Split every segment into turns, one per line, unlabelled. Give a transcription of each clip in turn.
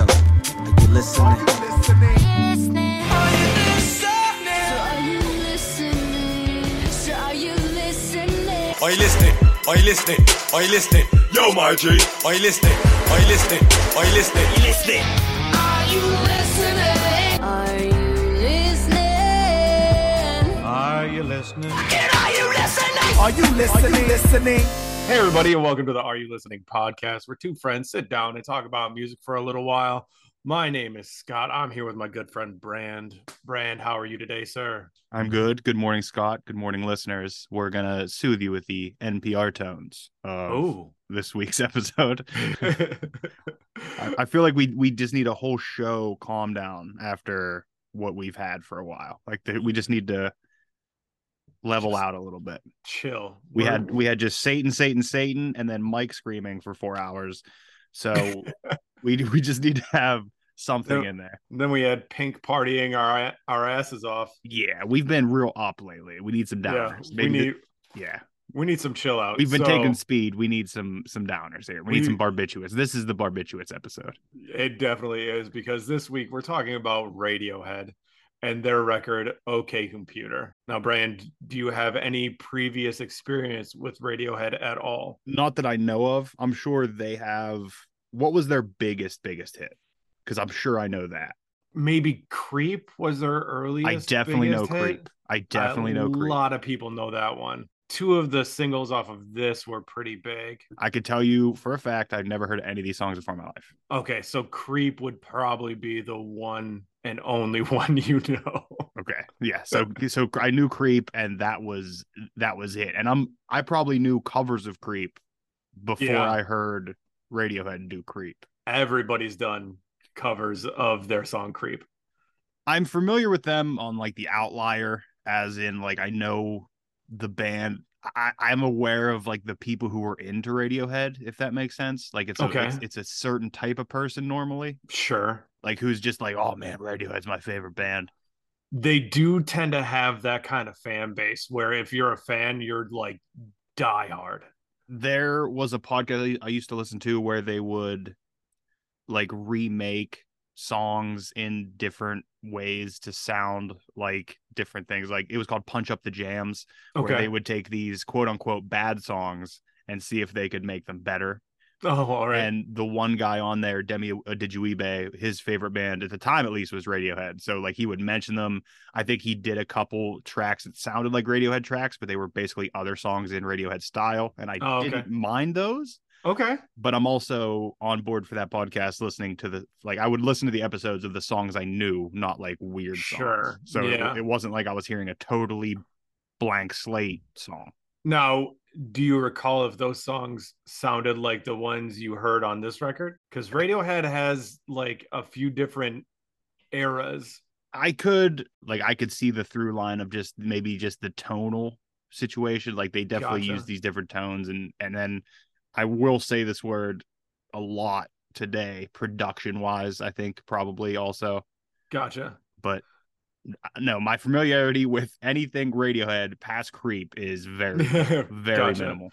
you listening?
Are you listening?
Are you listening? Are you listening? Are you listening? Yo, my G. Are you listening? Are you listening? Are you listening? Listening.
Are you listening?
Are you listening?
And Are you listening?
Are you listening? listening?
Hey, everybody, and welcome to the Are You Listening podcast, where two friends sit down and talk about music for a little while. My name is Scott. I'm here with my good friend Brand. Brand, how are you today, sir?
I'm good. Good morning, Scott. Good morning, listeners. We're gonna soothe you with the NPR tones of
Oh,
this week's episode. I,
I,
I feel like we we just need a whole show calm down after what we've had for a while. Like the, we just need to level out a little bit.
chill.
We
We're-
had we had just Satan, Satan, Satan, and then Mike screaming for four hours. So we we just need to have something
No.
in there.
then we had Pink partying our our asses off.
Yeah, we've been real up lately. We need some downers.
yeah, we
Maybe the-
need
yeah.
we need some chill out.
We've
So,
been taking speed. We need some some downers here. We, need some
We-
barbiturates. This is the barbiturates episode.
It definitely is because this week we're talking about Radiohead and their record OK Computer. Now, Brand, do you have any previous experience with Radiohead at all?
Not that I know of. I'm sure they have. What was their biggest biggest hit? Because I'm sure I know that.
Maybe Creep was their earliest.
I definitely know
biggest hit.
creep. I definitely
a
know creep.
A lot of people know that one. Two of the singles off of this were pretty big.
I could tell you for a fact. I've never heard any of these songs before in my life.
Okay, so Creep would probably be the one and only one you know.
Okay, yeah. So so I knew creep, and that was that was it. And I'm I probably knew covers of creep before
Yeah.
I heard Radiohead do creep.
Everybody's done covers of their song Creep.
I'm familiar with them on like the outlier, as in like I know the band. I, I'm aware of like the people who are into Radiohead, if that makes sense. Like it's a,
Okay.
it's, it's a certain type of person normally,
Sure.
like who's just like, oh man, Radiohead's my favorite band.
they do tend to have that kind of fan base where if you're a fan, you're like die hard.
There was a podcast I used to listen to where they would like remake songs in different ways to sound like different things. Like it was called Punch Up the Jams. where they would take these quote unquote bad songs and see if they could make them better.
oh, all right.
And the one guy on there, Demi Adijuibe, his favorite band at the time at least was Radiohead. So like he would mention them. I think he did a couple tracks that sounded like Radiohead tracks, but they were basically other songs in Radiohead style, and I
Oh, okay.
didn't mind those.
okay.
But I'm also on board for that podcast, listening to the like I would listen to the episodes of the songs I knew, not like weird
Sure.
songs. So it-
Yeah.
it wasn't like I was hearing a totally blank slate song.
Now, do you recall if those songs sounded like the ones you heard on this record? Because Radiohead has like a few different eras.
I could like I could see the through line of just maybe just the tonal situation. Like they definitely
Gotcha.
use these different tones and and then I will say this word a lot today, production wise, I think probably also.
Gotcha.
But uh, no, my familiarity with anything Radiohead past creep is very very
Gotcha.
minimal.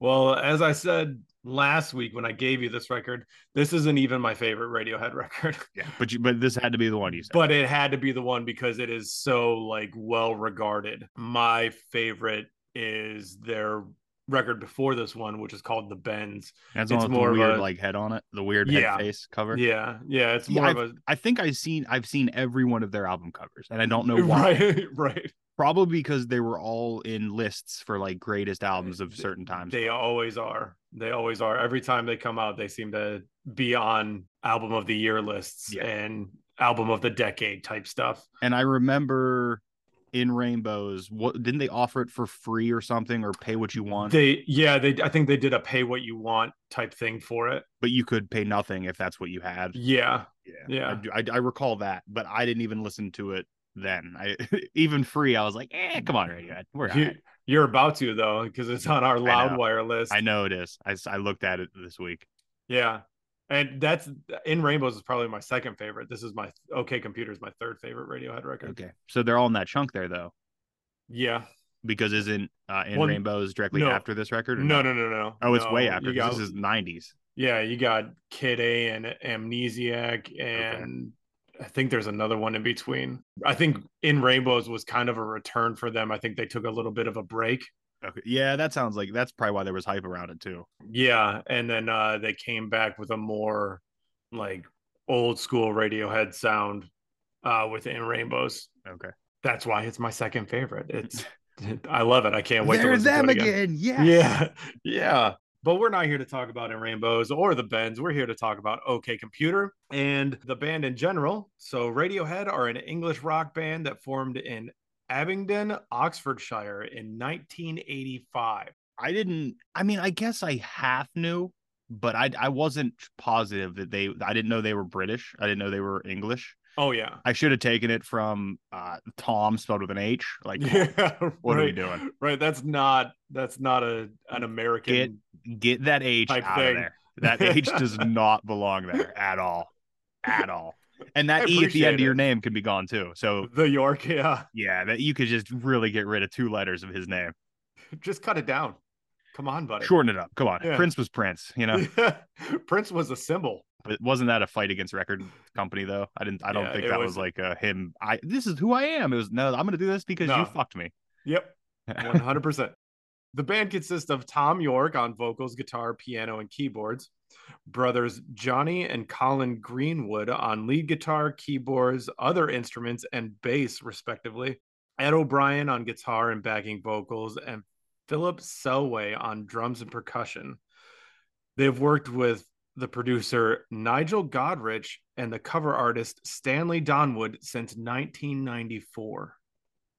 Well, as I said last week when I gave you this record, this isn't even my favorite Radiohead record.
Yeah. But you but this had to be the one you said.
but it had to be the one because it is so like well regarded my favorite is their record before this one, which is called The Bends.
That's
It's
it's
more
more
of
weird
a-
like head on it, the weird
Yeah.
head face cover.
Yeah, yeah, it's
Yeah,
more of
I think I've seen I've seen every one of their album covers, and I don't know
a
why.
right, right.
Probably because they were all in lists for like greatest albums of
They-
certain times.
They always are. They always are. Every time they come out, they seem to be on album of the year lists
Yeah.
and album of the decade type stuff.
and I remember in Rainbows, what didn't they offer it for free or something, or pay what you want,
They, yeah, they. I think they did a pay what you want type thing for it.
but you could pay nothing if that's what you had.
Yeah,
I,
yeah,
do- I, I recall that, but I didn't even listen to it then. I even free, I was like, eh, come on, Radiohead, we're all
You,
right."
you're about to though, because it's on our
know.
Loudwire list.
I know it is. I, s- I looked at it this week.
Yeah. And that's in Rainbows is probably my second favorite. This is my OK Computer is my third favorite Radiohead record.
Okay, so they're all in that chunk there though,
Yeah.
because isn't uh, in
Well,
Rainbows directly
no.
after this record? or
No, no, no, no.
Oh, it's
no.
way after.
You
'cause
got-
this is '90s.
yeah, you got Kid A and Amnesiac, and I think there's another one in between. I think in Rainbows was kind of a return for them. I think they took a little bit of a break.
Okay. Yeah, that sounds like that's probably why there was hype around it too.
Yeah, and then uh, they came back with a more like old school Radiohead sound uh, within Rainbows.
Okay.
that's why it's my second favorite. It's I love it. I can't wait. to listen to it again.
Yes.
Yeah, yeah. But we're not here to talk about in rainbows or the bends. We're here to talk about OK Computer and the band in general. So Radiohead are an English rock band that formed in Abingdon, Oxfordshire, in 1985.
I didn't. I mean, I guess I half knew, but I I wasn't positive that they. I didn't know they were British. I didn't know they were English.
Oh yeah.
I should have taken it from uh, Tom spelled with an H. Like
Yeah,
what
right,
are we doing?
Right, that's not that's not a an American.
Get get that H
Type
out
thing.
of there. That H does not belong there at all, at all. And
I
that E at the
appreciate
end of your
it.
name can be gone too. So
the York, yeah.
yeah, that you could just really get rid of two letters of his name.
Just cut it down. Come on, buddy.
Shorten it up. Come on,
Yeah.
Prince was Prince. You know.
Prince was a symbol.
But wasn't that a fight against record company though? I didn't. I don't
Yeah,
think
it
that was,
was-
like uh, him. I this is who I am. It was no. I'm gonna do this because
No.
you fucked me.
Yep, one hundred percent. The band consists of Tom York on vocals, guitar, piano, and keyboards. Brothers Johnny and Colin Greenwood on lead guitar, keyboards, other instruments, and bass, respectively. Ed O'Brien on guitar and backing vocals, and Philip Selway on drums and percussion. They've worked with the producer Nigel Godrich and the cover artist Stanley Donwood since 1994.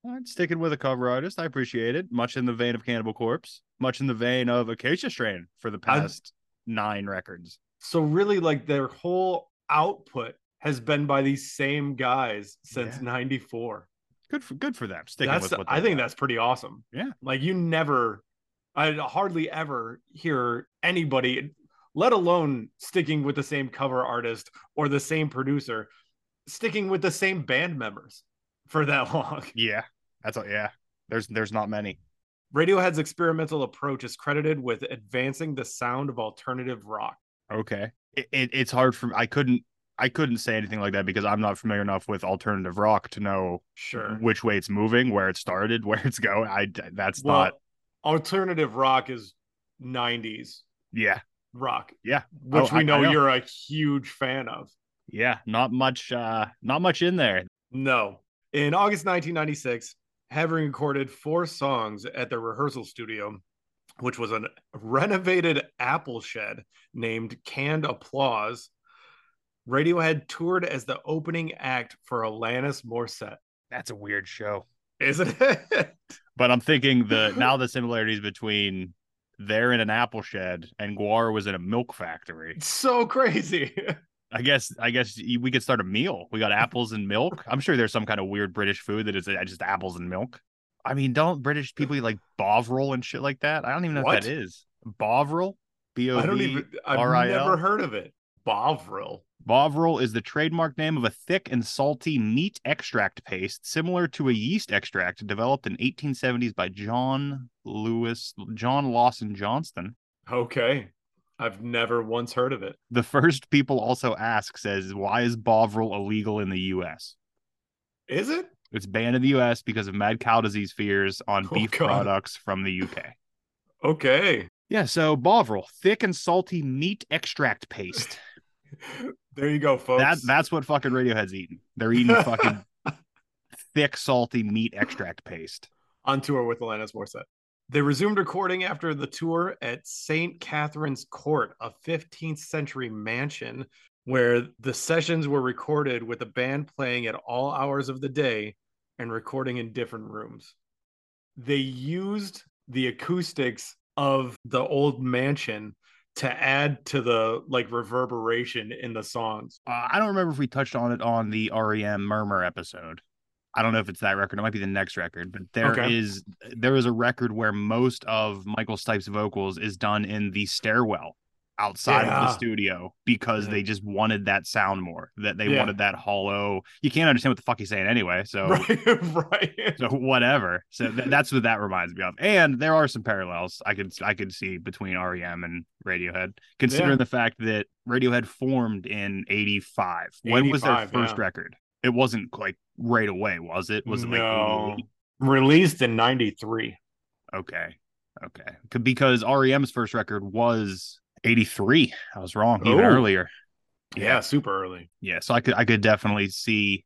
I'm sticking with a cover artist. I appreciate it. Much in the vein of Cannibal Corpse. Much in the vein of Acacia Strain for the
I-
past nine records.
So really, like their whole output has been by these same guys since
Yeah.
'94.
Good for good for them. Sticking
That's
with what
I
they
think
got.
that's pretty awesome.
Yeah.
like you never, I hardly ever hear anybody, let alone sticking with the same cover artist or the same producer, sticking with the same band members for that long.
yeah. That's all, yeah. There's there's not many.
Radiohead's experimental approach is credited with advancing the sound of alternative rock.
Okay. It, it, it's hard for I couldn't I couldn't say anything like that because I'm not familiar enough with alternative rock to know
Sure.
which way it's moving, where it started, where it's going. I that's
Well,
not
alternative rock is 90s
yeah
rock.
Yeah.
Which
Oh, I-
we
I
know,
know.
you're a huge fan of.
yeah not much uh not much in there.
No. In August 1996, having recorded four songs at their rehearsal studio, which was a renovated apple shed named Canned Applause, Radiohead toured as the opening act for Alanis Morissette.
That's a weird show.
Isn't it?
But I'm thinking the now the similarities between they're in an apple shed and Guar was in a milk factory.
It's so crazy.
I guess I guess y- we could start a meal. We got apples and milk. I'm sure there's some kind of weird British food that is uh, just apples and milk. I mean, don't British people eat like bovril and shit like that? I don't even know
What?
what that is. Bovril, B O
I don't
V
even, I've
R-I-L.
never heard of it. Bovril.
Bovril is the trademark name of a thick and salty meat extract paste similar to a yeast extract developed in 1870s by John Lewis John Lawson Johnston.
Okay. I've never once heard of it.
The first people also ask says why is Bovril illegal in the US?
Is it?
It's banned in the US because of mad cow disease fears on
Oh,
beef
God.
products from the UK.
Okay.
Yeah, so Bovril, thick and salty meat extract paste.
There you go, folks.
that that's what fucking Radiohead's eating. They're eating fucking thick salty meat extract paste.
on tour with Alanis Morissette. They resumed recording after the tour at St. Catherine's Court, a 15th century mansion where the sessions were recorded with the band playing at all hours of the day and recording in different rooms. They used the acoustics of the old mansion to add to the like reverberation in the songs.
Uh, I don't remember if we touched on it on the REM Murmur episode. I don't know if it's that record. It might be the next record, but there
Okay.
is there is a record where most of Michael Stipe's vocals is done in the stairwell outside of
Yeah.
the studio because
Yeah.
they just wanted that sound more. That they
Yeah.
wanted that hollow. You can't understand what the fuck he's saying anyway. So
Oh. Right, right.
so whatever. So th- that's what that reminds me of. And there are some parallels I could I could see between REM and Radiohead, considering
Yeah.
the fact that Radiohead formed in '85. When was their
85,
first
yeah.
record? It wasn't like right away, was it? Was it like
no.
88?
released in 93?
okay, okay? C- Because REM's first record was '83. I was wrong, even
Oh.
earlier.
yeah, super early.
Yeah, so I could I could definitely see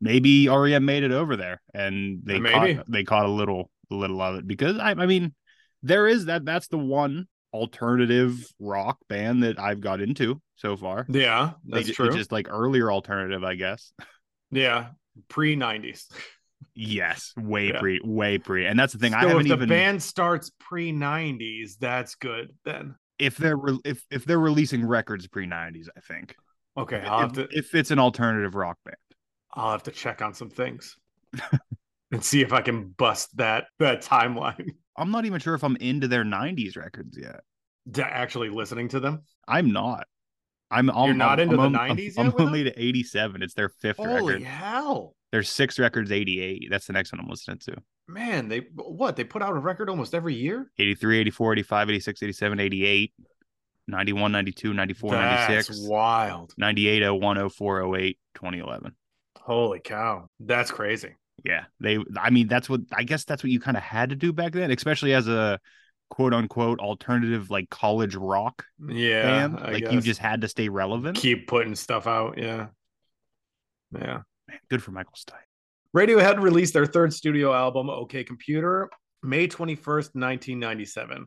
maybe REM made it over there and they
Uh, Maybe.
caught they caught a little a little of it because I I mean there is that that's the one alternative rock band that I've got into so far.
Yeah,
They
that's
ju-
true.
It's just like earlier alternative, I guess.
yeah, pre nineties.
Yes, way
Yeah.
pre, way pre, and that's the thing.
So
I haven't
if the
even
band starts pre nineties, that's good then.
if they're re- if if they're releasing records pre nineties. I think
Okay,
if,
I'll have to
if it's an alternative rock band.
I'll have to check on some things and see if I can bust that that timeline
I'm not even sure if I'm into their '90s records yet.
to actually listening to them.
I'm not. I'm. I'm
You're not
I'm-
into the
I'm-
90s
I'm,
yet
I'm
with
only to 87. It's their fifth
Holy
record.
hell,
Their sixth record's 88. That's the next one I'm listening to.
man! They what they put out a record almost every year.
83, 84, 85, 86, 87, 88, 91, 92, 94,
That's
96,
wild.
98, 01, 04, 08, 2011.
Holy cow, that's crazy.
Yeah. They, I mean, that's what, I guess that's what you kind of had to do back then, especially as a quote unquote alternative, like college rock
Yeah,
band.
I
like you
guess.
just had to stay relevant.
keep putting stuff out. Yeah, yeah.
Good for Michael Stipe.
Radiohead released their third studio album, OK Computer, May 21st, 1997,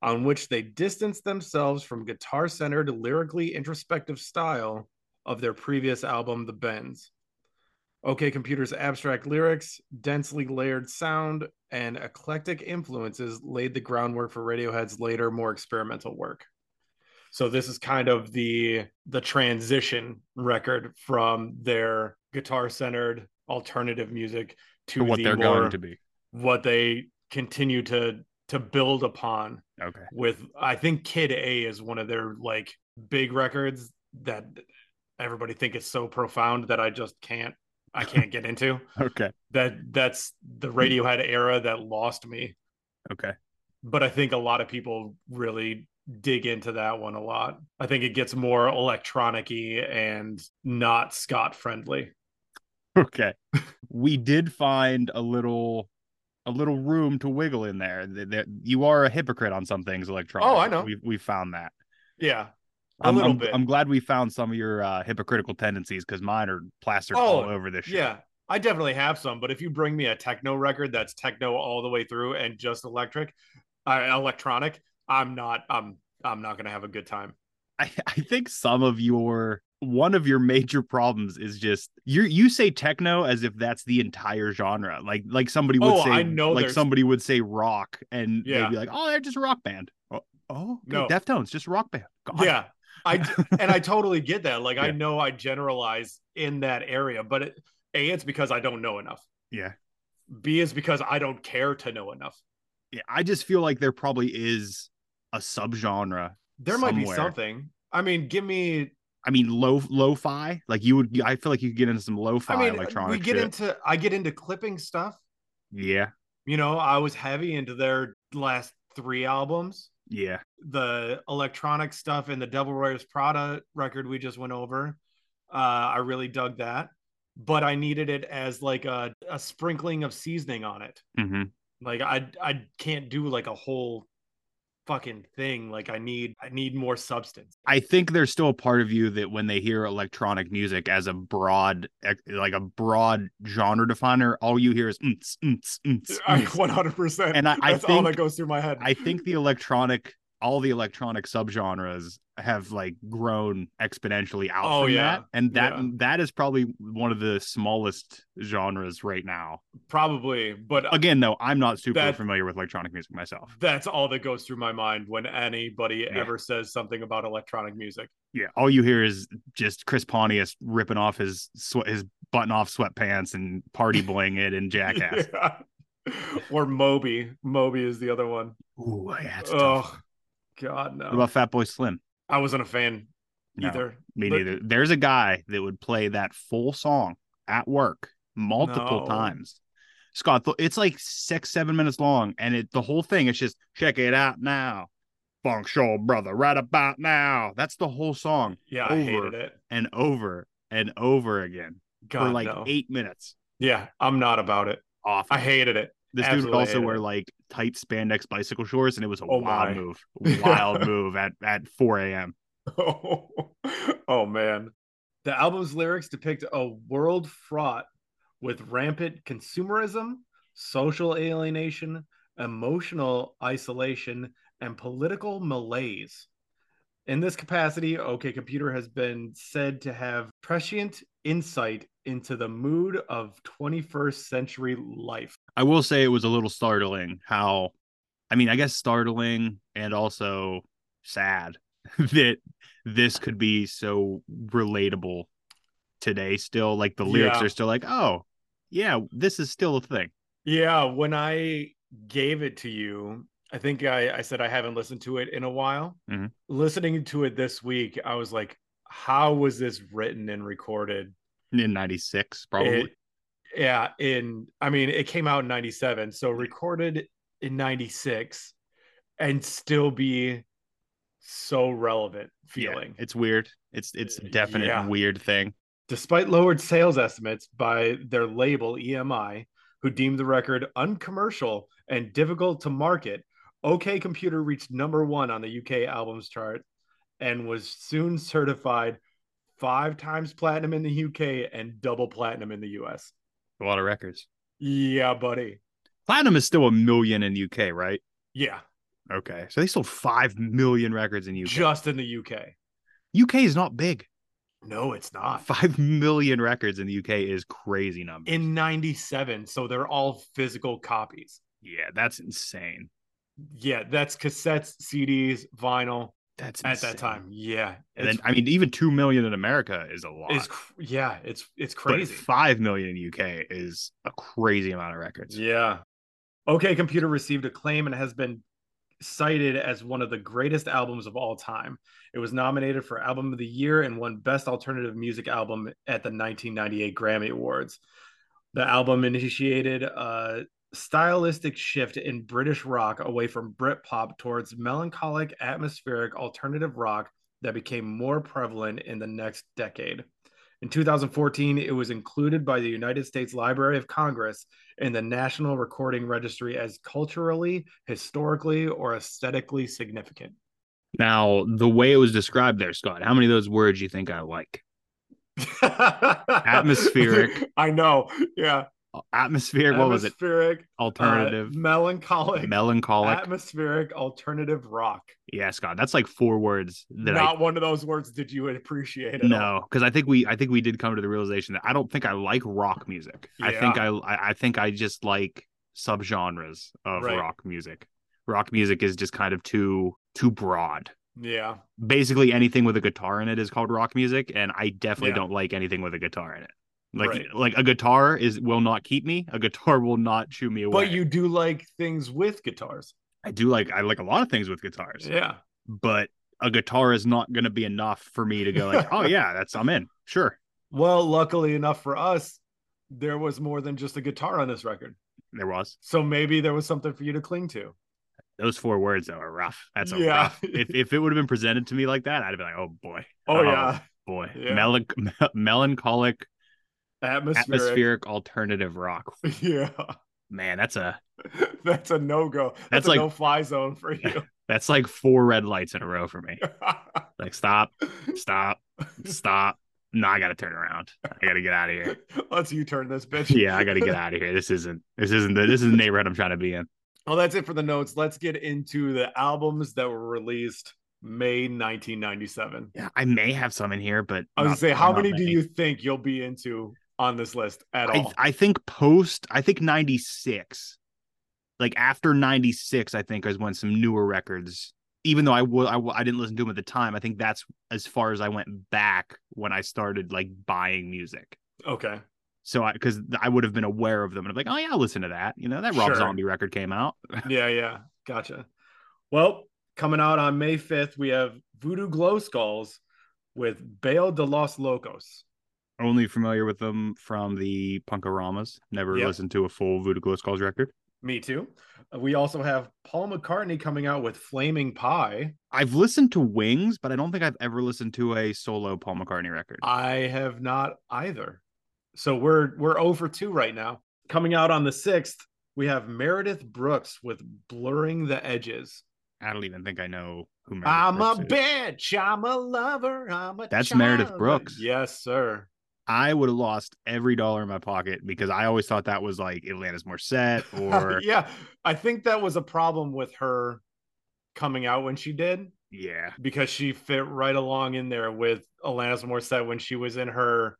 on which they distanced themselves from guitar centered, lyrically introspective style of their previous album, The Bends. OK Computer's abstract lyrics, densely layered sound, and eclectic influences laid the groundwork for Radiohead's later, more experimental work. So this is kind of the the transition record from their guitar centered alternative music to
For what
the
they're
more-
going to be.
what they continue to to build upon
Okay.
with I think Kid A is one of their like big records that everybody think is so profound that I just can't I can't get into.
Okay.
That that's the Radiohead era that lost me
Okay.
but I think a lot of people really dig into that one a lot. I think it gets more electronic and not Scott friendly.
Okay. we did find a little a little room to wiggle in there. Th- there- you are a hypocrite on some things electronic.
Oh, I know.
We we found that.
Yeah. A
I'm,
little
I'm-
bit.
I'm glad we found some of your uh, hypocritical tendencies because mine are plastered all
Oh,
over this shit.
yeah. I definitely have some, but if you bring me a techno record that's techno all the way through and just electric, uh, electronic, I'm not I'm I'm not going to have a good time.
I, I think some of your one of your major problems is just you you say techno as if that's the entire genre. Like like somebody would
Oh,
say
I know
like
there's-
somebody would say rock and
Yeah.
they'd be like, "Oh, they're just rock band." Oh, oh okay,
No.
Deftones, just rock band. God.
Yeah. I and I totally get that. Like I
Yeah.
know I generalize in that area, but it, A it's because I don't know enough.
Yeah.
B is because I don't care to know enough.
yeah, I just feel like there probably is a subgenre.
There might be
somewhere.
something. I mean, give me.
I mean, lo lo-fi. Like you would, I feel like you could get into some lo-fi
I mean,
electronic.
we get
shit.
into. I get into clipping stuff.
yeah,
You know, I was heavy into their last three albums,
yeah,
the electronic stuff and the Devil Wears Prada record we just went over. Uh, I really dug that, but I needed it as like a, a sprinkling of seasoning on it.
hmm
Like I I can't do like a whole fucking thing. Like I need I need more substance.
I think there's still a part of you that when they hear electronic music as a broad, ec- like a broad genre definer, all you hear is "Mm-ts, mm-ts, mm-ts, mm-ts."
One hundred percent.
And I- I
that's all
think-
that goes through my head.
I think the electronic, all the electronic subgenres have like grown exponentially out
Oh,
from
yeah.
that, and that
Yeah.
that is probably one of the smallest genres right now.
probably, but
Again, though, I'm not super
That-
familiar with electronic music myself.
that's all that goes through my mind when anybody
Yeah.
ever says something about electronic music.
Yeah, all you hear is just Chris Pontius ripping off his swe- his button off sweatpants and party bling it and jackass.
Yeah. or Moby. Moby is the other one.
Ooh, yeah, it's tough.
Oh God, no.
What about Fat Boy Slim?
I wasn't a fan
No,
either.
Me
But-
neither. There's a guy that would play that full song at work multiple
No.
times. Scott, th- it's like six, seven minutes long, and it the whole thing is just check it out now, funk show brother, right about now. That's the whole song,
Yeah, I
Over.
hated it.
and over and over again
God,
for like
no.
eight minutes.
Yeah, I'm not about it.
Off.
I hated it.
this dude would
absolutely
also
hated
wear
it.
like tight spandex bicycle shorts, and it was a
Oh,
wild
my.
move, wild move at at four a.m.
Oh, man. The album's lyrics depict a world fraught with rampant consumerism, social alienation, emotional isolation, and political malaise. In this capacity, OK Computer has been said to have prescient insight into the mood of 21st century life.
I will say it was a little startling how, I mean, I guess startling and also sad that this could be so relatable today still. Like the lyrics
Yeah.
are still like, oh, yeah, this is still a thing.
Yeah, when I gave it to you, I think I, I said I haven't listened to it in a while.
Mhm.
Listening to it this week, I was like, how was this written and recorded?
In 96, probably.
It- yeah, in I mean, it came out in 97, so
Mm-hmm.
recorded in 96 and still be so relevant
Yeah,
feeling.
it's weird. It's it's a
Uh,
definite
yeah.
weird thing.
Despite lowered sales estimates by their label EMI, who deemed the record uncommercial and difficult to market, OK Computer reached number one on the UK albums chart and was soon certified five times platinum in the UK and double platinum in the US.
A lot of records.
Yeah, buddy.
Platinum is still a million in UK, right?
Yeah,
Okay. So they sold 5 million records in UK.
just in the UK.
UK is not big.
No, it's not.
5 million records in the UK is crazy number.
In 97, so they're all physical copies.
Yeah, that's insane.
Yeah, that's cassettes, CDs, vinyl
That's
at
insane.
that time. Yeah.
And
it's
then I mean, even two million in America is a lot.
It's cr- yeah, it's it's
but
crazy.
five million in UK is a crazy amount of records.
Yeah. OK Computer received acclaim and has been cited as one of the greatest albums of all time. It was nominated for Album of the Year and won Best Alternative Music Album at the 1998 Grammy Awards. The album initiated a stylistic shift in British rock away from Britpop towards melancholic, atmospheric alternative rock that became more prevalent in the next decade. In 2014, it was included by the United States Library of Congress in the National Recording Registry as culturally, historically, or aesthetically significant.
Now, the way it was described there, Scott, how many of those words you think I like? Atmospheric.
I know. Yeah.
Atmospheric. What was it?
Atmospheric. uh,
Alternative.
melancholic.
melancholic.
Atmospheric alternative rock.
yeah, Scott, that's like four words that
Not one of those words did you appreciate
I
at all.
no, because I think we I think we did come to the realization that I don't think I like rock music. I think I I I think I just like subgenres of
Right.
rock music. Rock music is just kind of too too broad.
Yeah.
basically anything with a guitar in it is called rock music and i definitely
Yeah.
don't like anything with a guitar in it like
Right.
like a guitar is will not keep me a guitar will not chew me away
But you do like things with guitars.
i do like i like a lot of things with guitars
Yeah.
but a guitar is not going to be enough for me to go like oh yeah that's i'm in sure
Well, luckily enough for us, there was more than just a guitar on this record.
there was
So maybe there was something for you to cling to.
those four words though are rough that's a
Yeah.
rough if, if it would have been presented to me like that i'd have been like oh boy
Oh, yeah.
boy
Yeah.
Melan- melancholic
Atmospheric.
atmospheric alternative rock
Yeah.
man that's a
That's a no go. That's,
That's
a
like-
no fly zone for you.
That's like four red lights in a row for me. Like stop, stop, stop. No, I gotta turn around. I gotta get out of here.
Let's you turn this bitch.
Yeah, I gotta get out of here. This isn't this isn't the this is the neighborhood I'm trying to be in.
Well, that's it for the notes. Let's get into the albums that were released May 1997.
Yeah, I may have some in here, but
I was gonna
not-
say, how
not
many do you think you'll be into on this list at
I,
all?
I think post I think 96 like after 96 I think is when some newer records even though I would I, w- I didn't listen to them at the time I think that's as far as I went back when I started like buying music
okay.
so I because I would have been aware of them and I'm like oh yeah I'll listen to that you know that Rob
Sure.
Zombie record came out
Yeah, yeah. Gotcha. Well, coming out on May 5th, we have Voodoo Glow Skulls with Bail de los Locos.
only familiar with them from the Punkaramas never
Yep.
listened to a full Voodoo Glow Skulls record
Me too. Uh, We also have Paul McCartney coming out with Flaming Pie.
I've listened to Wings but I don't think I've ever listened to a solo Paul McCartney record
I have not either. So we're we're 0 for 2 right now. Coming out on the 6th, we have Meredith Brooks with Blurring the Edges.
I don't even think I know who Meredith
I'm a
Brooks is.
bitch. I'm a lover. I'm a
That's Meredith
child.
Brooks.
Yes, sir.
I would have lost every dollar in my pocket because I always thought that was like Atlantis Morissette or yeah.
yeah, I think that was a problem with her coming out when she did because she fit right along in there with Alanis Morissette when she was in her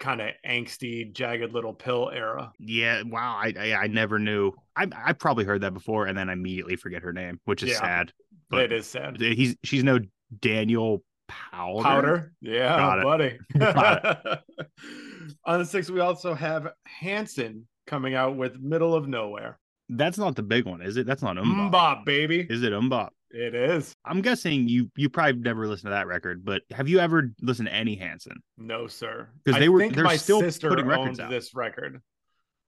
kind of angsty, jagged little pill era.
Yeah, wow, I I, I never knew. I I probably heard that before and then I immediately forget her name, which is
Yeah.
sad.
That
But
is sad.
he's she's no Daniel Powder.
Powder. Yeah,
Got it.
buddy.
Got
On the sixth, we also have Hanson coming out with Middle of Nowhere.
That's not the big one, is it? That's not Umbop.
Mbop, baby.
Is it Umbop?
It is.
I'm guessing you you probably never listened to that record, but have you ever listened to any Hanson?
No, sir.
'Cause
I
they were-
think
they're
my
still
sister
putting records
owned
out.
this record.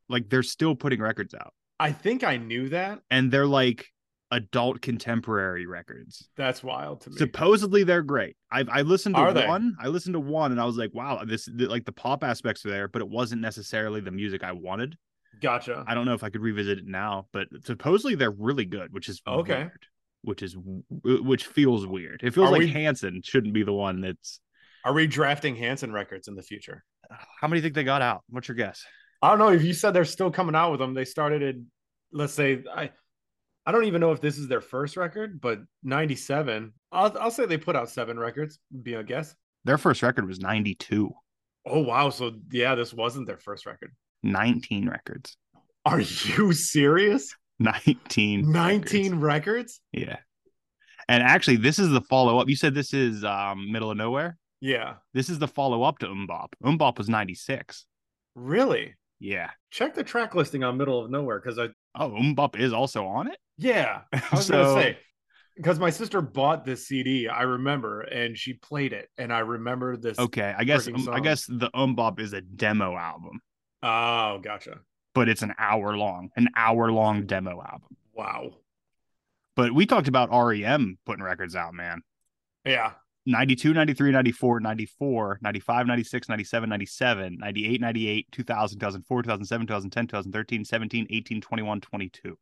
Like they're still putting records out.
I think I knew that.
And they're like adult contemporary records.
That's wild to me.
supposedly they're great i've i listened to
Are they?
one i listened to one and i was like wow this the, like the pop aspects are there but it wasn't necessarily the music i wanted
gotcha.
i don't know if i could revisit it now but supposedly they're really good which is
Okay.
weird, which is w- which feels weird it feels
Are
like
we-
hanson shouldn't be the one that's
Are we drafting Hanson records in the future?
how many think they got out what's your guess
I don't know if you said they're still coming out with them. They started in, let's say, I, I don't even know if this is their first record, but '97. I'll, I'll say they put out seven records. Be a guess.
their first record was 92
Oh wow! So yeah, this wasn't their first record.
19 records
Are you serious?
19 records.
Nineteen records?
yeah and actually this is the follow-up you said this is um middle of nowhere
Yeah,
This is the follow up to Umbop. Umbop was 96.
really.
Yeah.
Check the track listing on Middle of Nowhere because I
Oh, Umbop is also on it?
yeah I was
So-
gonna say because my sister bought this CD. I remember, and she played it, and I remember this.
Okay. I guess
Freaking
um, I
song.
guess the Umbop is a demo album,
Oh, gotcha.
but it's an hour long, an hour long demo album.
Wow.
But we talked about REM putting records out, man.
Yeah.
92, 93, 94, 94, 95, 96, 97, 97, 98, 98, 2000, 2004, 2007, 2010, 2013, 17, 18, 21, 22.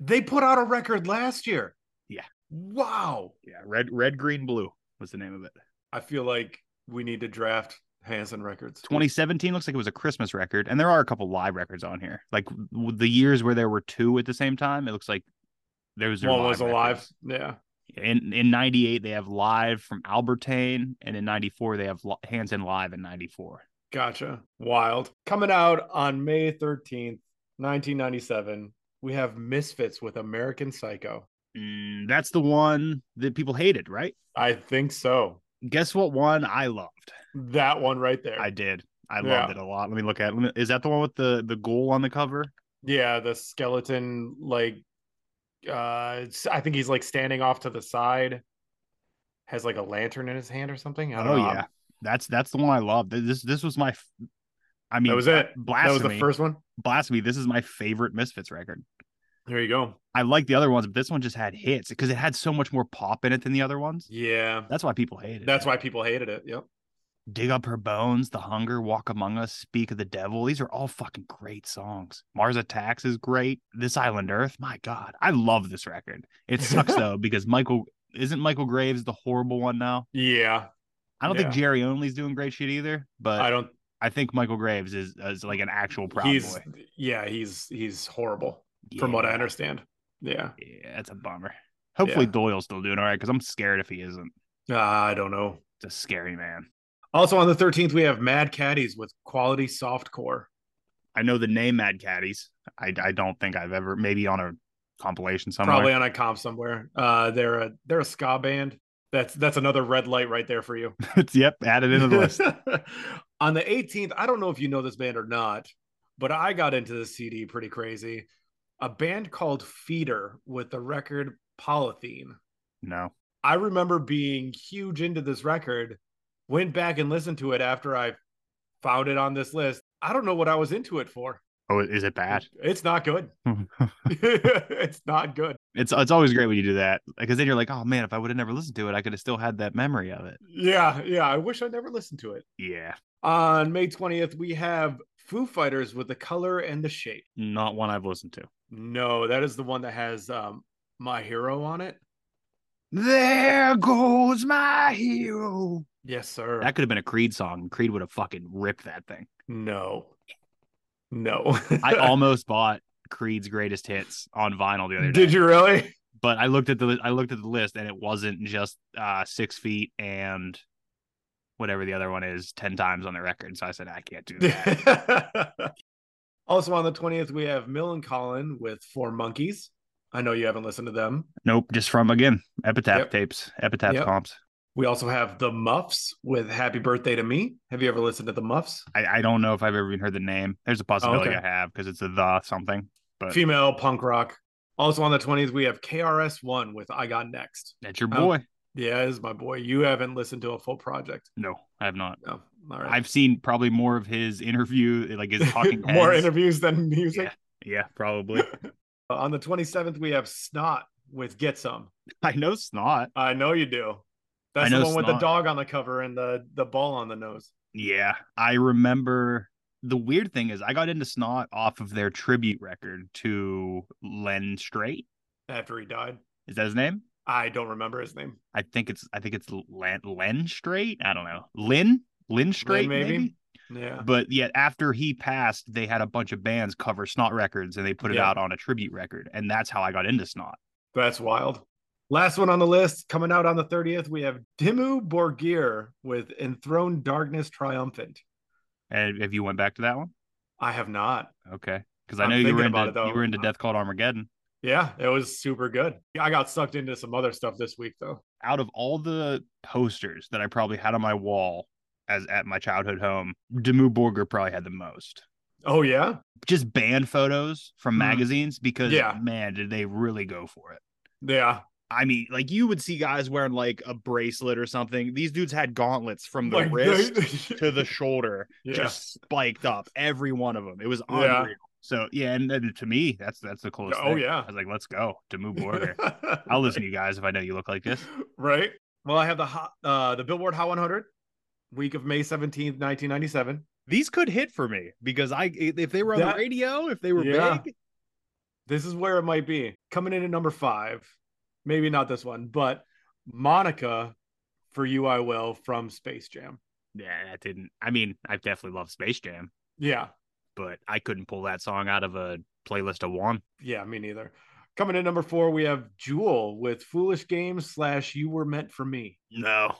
They put out a record last year.
Yeah.
Wow.
Yeah. Red, red, green, blue was the name of it.
I feel like we need to draft Hanson Records.
2017 looks like it was a Christmas record, and there are a couple live records on here. Like w- the years where there were two at the same time, it looks like there was their
One was
live
alive.
records.
Yeah.
In in '98, they have live from Albertine, and in '94 they have li- Hanson live in '94.
Gotcha. Wild. Coming out on May 13th, 1997, we have Misfits with American Psycho.
Mm, that's the one that people hated, right?
I think so.
Guess what one I loved?
That one right there.
I did. I loved
Yeah.
it a lot. Let me look at. Let me, is that the one with the the goal on the cover?
yeah. The skeleton, like, uh, it's- I think he's like standing off to the side, has like a lantern in his hand or something. I don't
Oh
know. I'm-
yeah, that's that's the one I loved. This this was my. f- I mean,
That was it.
Blasphemy.
That was the first one.
Blasphemy, this is my favorite Misfits record.
There you go.
I like the other ones, but this one just had hits because it had so much more pop in it than the other ones.
Yeah.
That's why people hate it.
That's why people hated it. Yep.
Dig Up Her Bones, The Hunger, Walk Among Us, Speak of the Devil. These are all fucking great songs. Mars Attacks is great. This Island Earth, my God. I love this record. It sucks though, because Michael isn't Michael Graves the horrible one now?
Yeah,
I don't think
Yeah.
Jerry Only's doing great shit either, but
I
I,
don't.
think Michael Graves is, is like an actual proud
he's
boy.
yeah, he's he's horrible from what I
Yeah.
understand. Yeah,
Yeah, that's a bummer. Hopefully
Yeah.
Doyle's still doing all right because I'm scared if he isn't.
Uh, I don't know.
It's a scary man.
Also on the 13th, we have Mad Caddies with quality softcore.
I know the name Mad Caddies. I, I don't think I've ever maybe on a compilation somewhere.
Probably on a comp somewhere. Uh, they're a they're a ska band. That's that's another red light right there for you.
It's- yep, added into the list.
on the 18th, I don't know if you know this band or not, but I got into this CD pretty crazy. A band called Feeder with the record Polythene.
No,
I remember being huge into this record, went back and listened to it after I found it on this list. I don't know what I was into it for.
oh, is it bad?
It's not good.
it's
it's not good.
it's always great when you do that because then you're like, oh man, if I would have never listened to it, I could have still had that memory of it.
Yeah, yeah. I wish I never listened to it.
Yeah,
On May 20th, we have Foo Fighters with the color and the shape.
not one I've listened to.
No, that is the one that has um, My Hero on it.
There goes my hero.
Yes, sir.
That could have been a Creed song. Creed would have fucking ripped that thing.
No. No.
I almost bought Creed's greatest hits on vinyl the other day.
Did you really?
but I looked at the I looked at the list and it wasn't just uh six feet and whatever the other one is ten times on the record. So I said I can't do that.
also on the 20th, we have Mill and Colin with Four Monkeys. I know you haven't listened to them.
nope, just from again Epitaph
Yep.
tapes, Epitaph
Yep.
comps.
We also have The Muffs with Happy Birthday to Me. Have you ever listened to The Muffs?
I, I don't know if I've ever even heard the name. There's a possibility
Oh, okay.
I have because it's a the something. But
Female punk rock. Also on the 20th, we have KRS1 with I Got Next.
that's your
Oh.
boy.
Yeah, this is my boy. You haven't listened to a full project.
No, I have not.
No. All right.
I've seen probably more of his interview, like his talking
More
heads.
interviews than music.
Yeah, probably.
Uh, On the 27th, we have Snot with Get Some.
I know Snot.
I know you do.
I
That's the
know
one with the
Snot.
dog on the cover and the, the ball on the nose.
Yeah, I remember. The weird thing is, I got into Snot off of their tribute record to Len Straight.
after he died.
Is that his name?
I don't remember his name.
I think it's I think it's Len, Len Straight. I don't know Lynn Lynn Straight
maybe?
maybe?
Yeah.
But yet after he passed, they had a bunch of bands cover Snot records and they put it
Yeah.
out on a tribute record, and that's how I got into Snot.
That's wild. Last one on the list, coming out on the 30th, we have Dimmu Borgir with Enthroned Darkness Triumphant.
And if you went back to that one,
I have not.
okay, because I
I'm
know you were
thinking about
into
it, though. Uh,
you were into Death Called Armageddon.
Yeah, it was super good. I got sucked into some other stuff this week though.
Out of all the posters that I probably had on my wall as at my childhood home, Demu Borger probably had the most.
Oh yeah?
Just band photos from
Mm.
magazines because
Yeah.
man, did they really go for it.
Yeah.
I mean, like you would see guys wearing like a bracelet or something. These dudes had gauntlets from the
Like,
wrist
they-
to the shoulder,
Yeah.
just spiked up. Every one of them. It was unreal.
Yeah.
So yeah, and, and to me, that's that's the coolest.
Oh,
thing.
yeah.
I was like, let's go to Moo Borger. I'll listen to you guys if I know you look like this.
Right? Well, I have the hot, uh the Billboard Hot 100 week of May 17th, 1997.
These could hit for me because I if they were on
That-
the radio, if they were
Yeah.
big,
This is where it might be. Coming in at number five, maybe not this one, but Monica for You I Will from Space Jam.
yeah, that didn't. I mean, I definitely love Space Jam,
Yeah.
but I couldn't pull that song out of a playlist of one.
Yeah, me neither. Coming in at number four, we have Jewel with Foolish Games slash You Were Meant for Me.
No,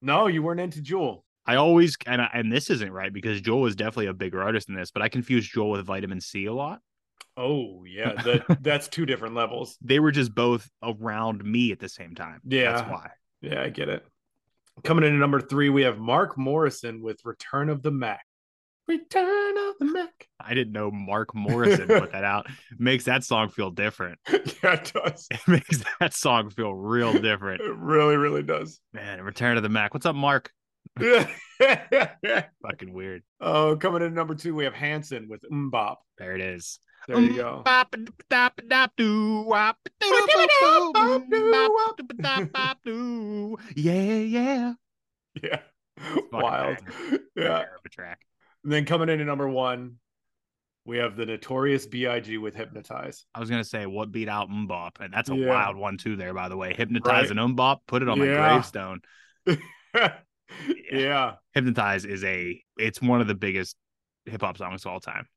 No, you weren't into Jewel.
I always and I, and this isn't right because Joel is definitely a bigger artist than this, but I confuse Joel with Vitamin C a lot.
Oh, yeah. That, that's two different levels.
They were just both around me at the same time. that's
Yeah.
why.
Yeah, I get it. Coming in at number three, we have Mark Morrison with Return of the Mac. Return of the Mac.
I didn't know Mark Morrison put that out. Makes that song feel different.
yeah, it does.
It makes that song feel real different.
It really, really does.
Man, Return of the Mac. What's up, Mark?
Yeah.
Fucking weird.
Oh, coming in at number two, we have Hanson with Mbop.
There it is.
There you go.
Yeah, yeah.
Yeah. Wild. Yeah.
of a track.
And then coming into number one, we have the notorious B.I.G. with Hypnotize.
I was gonna say what beat out Mbop, and that's a
Yeah.
wild one too. There, by the way, hypnotize
Right.
and Mbop. Put it on my
Yeah.
gravestone.
yeah. yeah.
Hypnotize is a. It's one of the biggest hip hop songs of all time.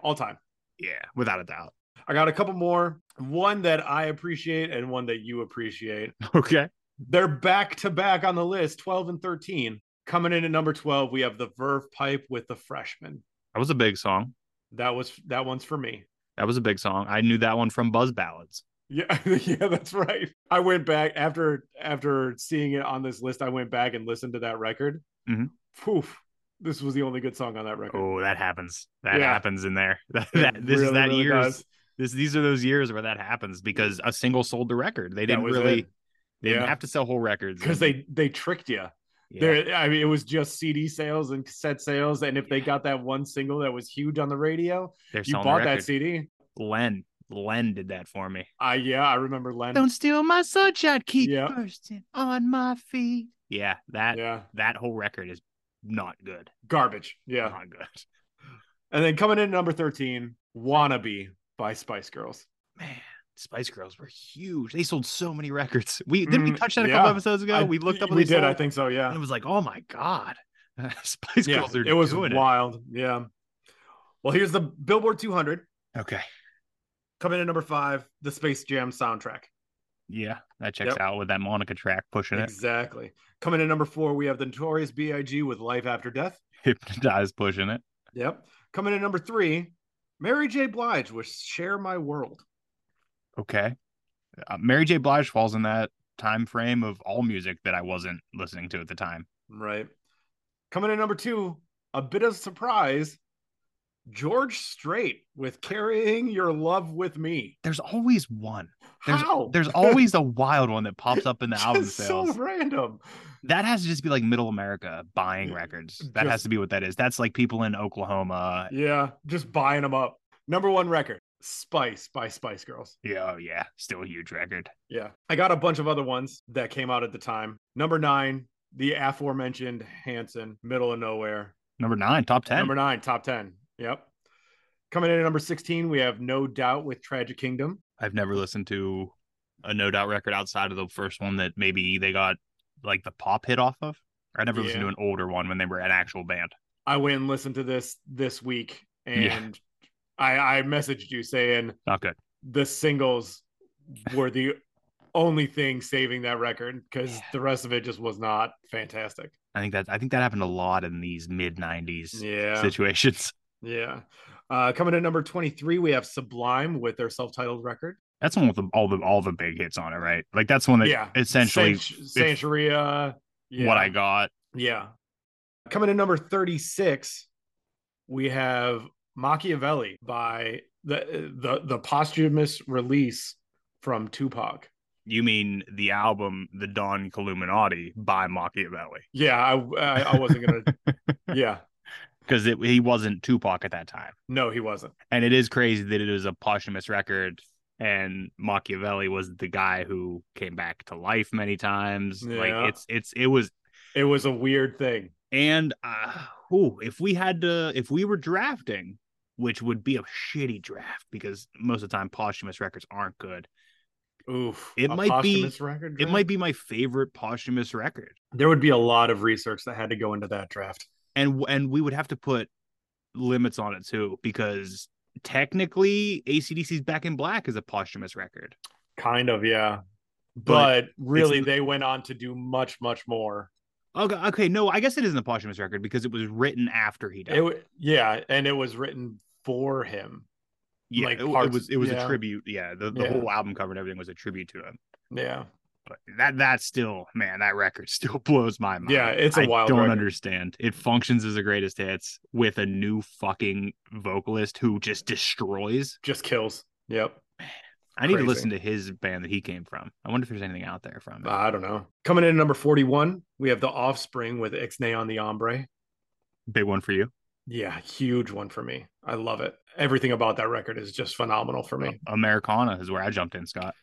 All time.
Yeah, without a doubt.
I got a couple more. One that I appreciate and one that you appreciate.
Okay.
They're back to back on the list, 12 and 13. Coming in at number 12, we have the Verve Pipe with the freshman.
That was a big song.
That was that one's for me.
That was a big song. I knew that one from Buzz Ballads.
Yeah, yeah, that's right. I went back after after seeing it on this list, I went back and listened to that record.
Mhm.
Poof. This was the only good song on that record.
Oh, that happens. That
Yeah.
happens in there. That,
It
that- this is
really,
that
really
year's.
does.
This these are those years where that happens because a single sold the record. They
That
didn't
was
really.
it.
They didn't
Yeah.
have to sell whole records
because
and-
they they tricked you.
yeah.
There, I mean, it was just CD sales and cassette sales, and if they got that one single that was huge on the radio,
They're
you
selling
bought
the record.
that CD.
Len. Len did that for me.
I yeah, I remember Len.
Don't steal my sunshine. Keep
Yeah.
bursting on my feet. Yeah, that
yeah,
that whole record is not good.
garbage. Yeah,
Not good.
and then coming in at number thirteen, "Wannabe" by Spice Girls.
Man, Spice Girls were huge. They sold so many records. We didn't we
Mm,
touch that a
yeah.
couple episodes ago.
I-
we looked up. what
We
they
did.
sold,
I think so.
And it
Yeah,
was like, oh my god, Spice
yeah.
Girls are
It was
doing
wild. Yeah. Well, here's the Billboard 200
it. Okay.
coming in at number five, the Space Jam soundtrack.
Yeah, that checks
Yep.
out with that Monica track pushing it.
Exactly. Coming in at number four, we have the Notorious B.I.G. with "Life After Death."
Hypnotize pushing it.
Yep. Coming in at number three, Mary J. Blige with Share My World.
Okay. Uh, Mary J. Blige falls in that time frame of all music that I wasn't listening to at the time.
Right. Coming in at number two, a bit of surprise, George Strait with Carrying Your Love With Me.
There's always one. There's
How?
there's always a wild one that pops up in the album
Just
sales.
So random.
that has to just be like middle America buying records. That has
Just-
to be what that is. That's like people in Oklahoma.
Yeah. Just buying them up. Number one record, Spice by Spice Girls.
Yeah, oh, yeah, still a huge record.
Yeah. I got a bunch of other ones that came out at the time. Number nine, the aforementioned Hanson, Middle of Nowhere,
Number nine, top ten.
Number nine, top 10. Yep. Coming in at number 16, we have No Doubt with Tragic Kingdom.
I've never listened to a No Doubt record outside of the first one that maybe they got like the pop hit off of. I never listened to
Yeah.
an older one when they were an actual band.
I went and listened to this this week
Yeah.
and I, I messaged you saying
Not good.
the singles were the only thing saving that record because
Yeah.
the rest of it just was not fantastic.
I think that I think that happened a lot in these mid '90s
Yeah.
situations.
Yeah. Uh, coming in at number 23, we have Sublime with their self titled record.
That's one with the, all the all the big hits on it, right? Like that's one that
Yeah.
essentially
Sant- Santeria. Yeah.
what I got.
Yeah. Coming in number 36, we have Machiavelli by the the the posthumous release from Tupac.
You mean the album The Don Illuminati by Machiavelli?
Yeah, I I, I wasn't going to Yeah.
Because he wasn't Tupac at that time.
No, he wasn't.
And it is crazy that it was a posthumous record and Machiavelli was the guy who came back to life many times. Like
Yeah.
it's it's it was
It was a weird thing.
and uh ooh, if we had to if we were drafting, which would be a shitty draft because most of the time posthumous records aren't good.
Oof.
It
a
might be-
posthumous record
It might be my favorite posthumous record.
there would be a lot of research that had to go into that draft.
and and we would have to put limits on it too because technically acdc's back in black is a posthumous record
Kind of, yeah. But, really
it's-
they went on to do much much more.
okay, okay no i guess it isn't a posthumous record because it was written after he died
It w- yeah, and it was written for him.
yeah,
like
it, it
parts-
was it was
yeah.
a tribute yeah the, the
Yeah.
whole album cover and everything was a tribute to him
Yeah.
but that that still man that record still blows my mind
Yeah, it's a
I
wild
don't
record.
understand it functions as a greatest hits with a new fucking vocalist who just destroys
just kills. Yep.
i need
Crazy.
to listen to his band that he came from i wonder if there's anything out there from it
I don't know. Coming in at number 41, we have The Offspring with Ixnay on the Ombre.
big one for you
Yeah, huge one for me. I love it. Everything about that record is just phenomenal for me.
Americana is where I jumped in, Scott.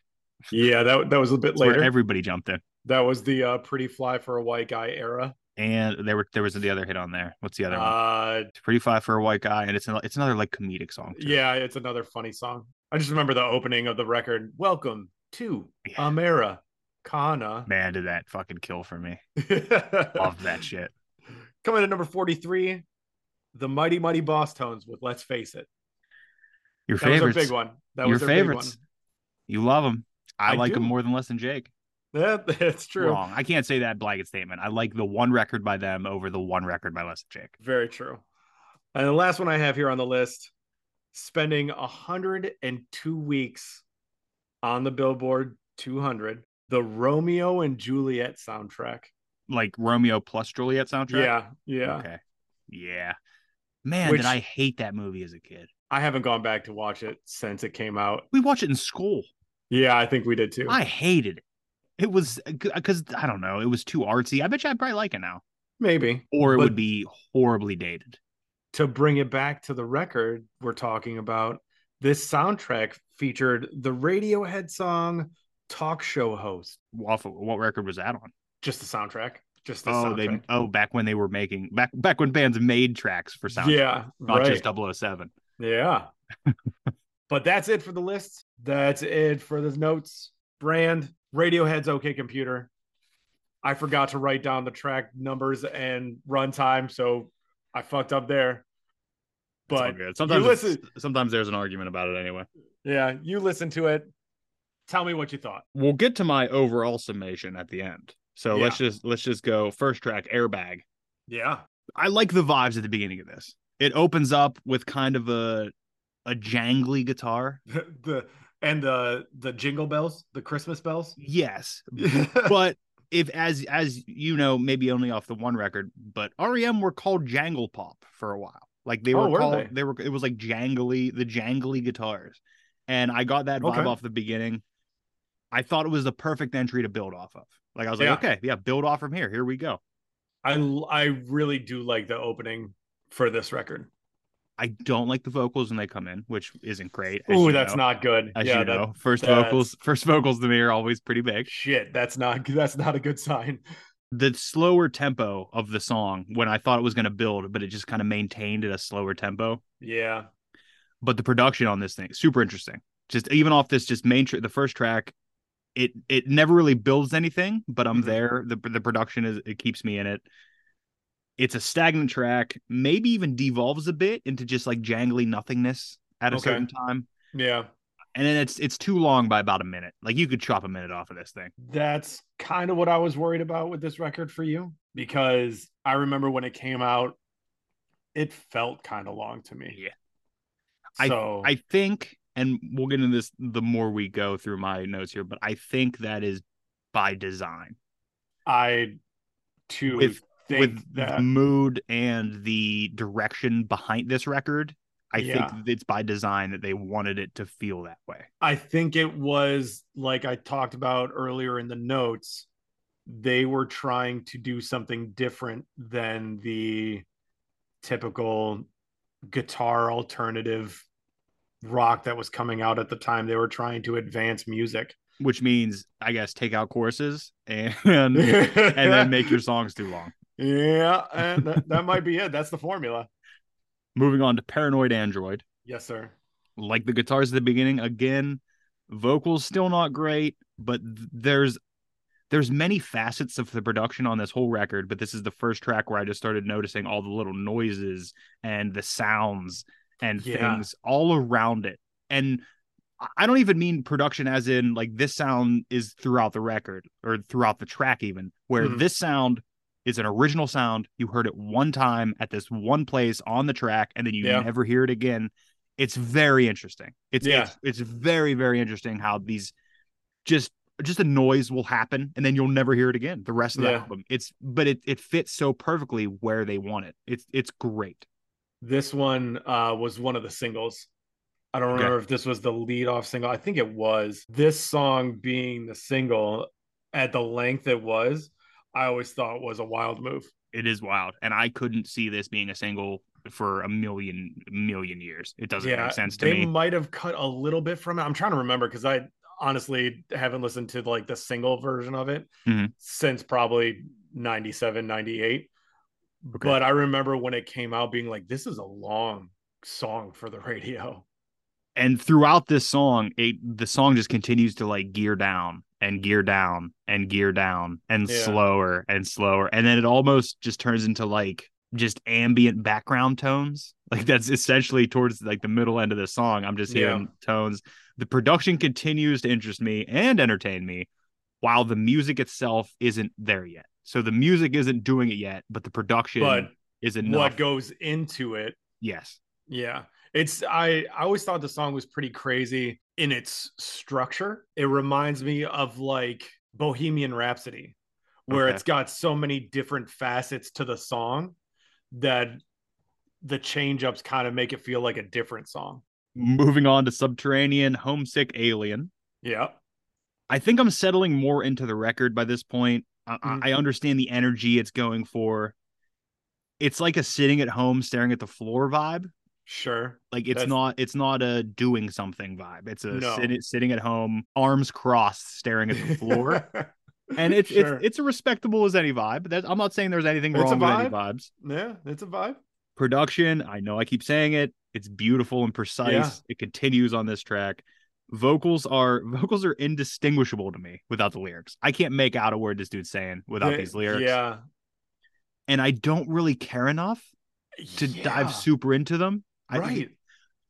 Yeah, that, that was a bit
It's where
later.
everybody jumped in.
that was the uh, pretty fly for a white guy era.
and there were there was the other hit on there. What's the other one?
Uh,
It's pretty fly for a white guy, and it's an, it's another like comedic song. too.
yeah, it's another funny song. I just remember the opening of the record. Welcome to
Yeah.
America. Kana.
man, did that fucking kill for me? Love that shit.
Coming at number 43, the Mighty Mighty Boss Tones with Let's Face It.
Your
That was
favorites,
their big one. That
your
was their
favorites. You love them. I,
I
like them
do.
more than less than Jake.
big one. Yeah, that's true.
Wrong. I can't say that blanket statement. I like the one record by them over the one record by less than Jake.
Very true. And the last one I have here on the list, spending 102 weeks on the Billboard 200, the Romeo and Juliet soundtrack.
Like Romeo plus Juliet soundtrack.
Yeah, yeah.
Okay. Yeah. Man,
Which-
did I hate that movie as a kid.
I haven't gone back to watch it since it came out.
We watched it in school.
Yeah, I think we did too.
I hated it. It was because I don't know. It was too artsy. I bet you I'd probably like it now,
Maybe.
or it
But-
would be horribly dated.
to bring it back to the record we're talking about, this soundtrack featured the Radiohead song Talk Show Host.
Off of- what record was that on?
Just the soundtrack. Just the
Oh, they
soundtrack.
oh back when they were making back back when bands made tracks for sound,
yeah,
not
right.
just 007.
yeah. but that's it for the list. That's it for the notes. Brand, Radiohead's OK Computer. I forgot to write down the track numbers and runtime, so I fucked up there.
It's all
But
good. sometimes
you
it's- sometimes there's an argument about it anyway.
yeah, you listen to it. Tell me what you thought.
We'll get to my overall summation at the end. So let's just let's just go first track airbag.
Yeah.
I like the vibes at the beginning of this. It opens up with kind of a a jangly guitar.
the and the the jingle bells, the Christmas bells.
Yes.
yeah,
But if as as you know, maybe only off the one record, but REM were called jangle pop for a while. Like they
Oh,
were
were
called
they?
they? were it was like jangly, the jangly guitars. And I got that vibe
Okay.
off the beginning. I thought it was the perfect entry to build off of. Like I was like,
Yeah.
okay, yeah, build off from here. Here we go.
I I really do like the opening for this record.
I don't like the vocals when they come in, which isn't great. as
Ooh,
you
that's
know.
not good.
as
yeah,
you
that-
know. First
that's-
vocals, first vocals to me are always pretty big.
shit, that's not that's not a good sign.
The slower tempo of the song when I thought it was going to build, but it just kind of maintained at a slower tempo.
Yeah,
But the production on this thing super interesting. Just even off this, just main tr- the first track, it it never really builds anything, but I'm
Mhm.
there. The the production is it keeps me in it. It's a stagnant track, maybe even devolves a bit into just like jangly nothingness at a
Okay.
certain time,
yeah,
and then it's it's too long by about a minute. Like you could chop a minute off of this thing.
that's kind of what I was worried about with this record for you because I remember when it came out, it felt kind of long to me.
Yeah.
So
I think, and we'll get into this the more we go through my notes here, but I think that is by design
I too
With-
think
with
that
the mood and the direction behind this record. I
Yeah.
think it's by design that they wanted it to feel that way.
I think it was like I talked about earlier in the notes. They were trying to do something different than the typical guitar alternative rock that was coming out at the time. They were trying to advance music
Which means, I guess, take out choruses and and then make your songs too long.
yeah, and that, that might be it. That's the formula.
Moving on to Paranoid Android.
Yes, sir.
like the guitars at the beginning again vocals still not great but th- there's there's many facets of the production on this whole record but this is the first track where i just started noticing all the little noises and the sounds and
Yeah.
things all around it and I- i don't even mean production as in like this sound is throughout the record or throughout the track even where
Mhm.
this sound is an original sound you heard it one time at this one place on the track and then you
Yeah.
never hear it again it's very interesting. It's,
Yeah.
it's it's very very interesting how these just just a noise will happen and then you'll never hear it again the rest of the
Yeah.
album. It's but it it fits so perfectly where they want it. It's it's great.
This one uh, was one of the singles. I don't
Okay.
remember if this was the lead off single. I think it was. This song being the single at the length it was, I always thought was a wild move.
It is wild, and I couldn't see this being a single for a million million years. It doesn't make sense to
they
me.
might have cut a little bit from it. I'm trying to remember because I honestly haven't listened to like the single version of it
Mhm.
since probably 97, 98.
Okay.
But I remember when it came out being like, this is a long song for the radio.
and throughout this song it the song just continues to like gear down and gear down and gear down and
Yeah.
slower and slower and then it almost just turns into like just ambient background tones like that's essentially towards like the middle end of the song i'm just
Yeah.
hearing tones the production continues to interest me and entertain me while the music itself isn't there yet so the music isn't doing it yet but the production
But
is
what
enough
goes into it
yes
Yeah. It's I I always thought the song was pretty crazy in its structure. It reminds me of like Bohemian Rhapsody where
Okay.
it's got so many different facets to the song that the change-ups kind of make it feel like a different song.
moving on to subterranean homesick alien
Yeah.
I think I'm settling more into the record by this point. I,
Mhm.
I understand the energy it's going for. It's like a sitting at home staring at the floor vibe.
Sure.
Like it's
That's-
not it's not a doing something vibe. It's a
No.
sit, sitting at home, arms crossed, staring at the floor. and it's
Sure.
it's it's a respectable as any vibe. That, I'm not saying there's anything
It's a
wrong with any
vibe.
vibes.
yeah, it's a vibe.
Production, I know I keep saying it. It's beautiful and precise.
Yeah.
It continues on this track. Vocals are vocals are indistinguishable to me without the lyrics. I can't make out a word this dude's saying without
Yeah,
these lyrics.
Yeah.
And I don't really care enough to
Yeah.
dive super into them. I-
right.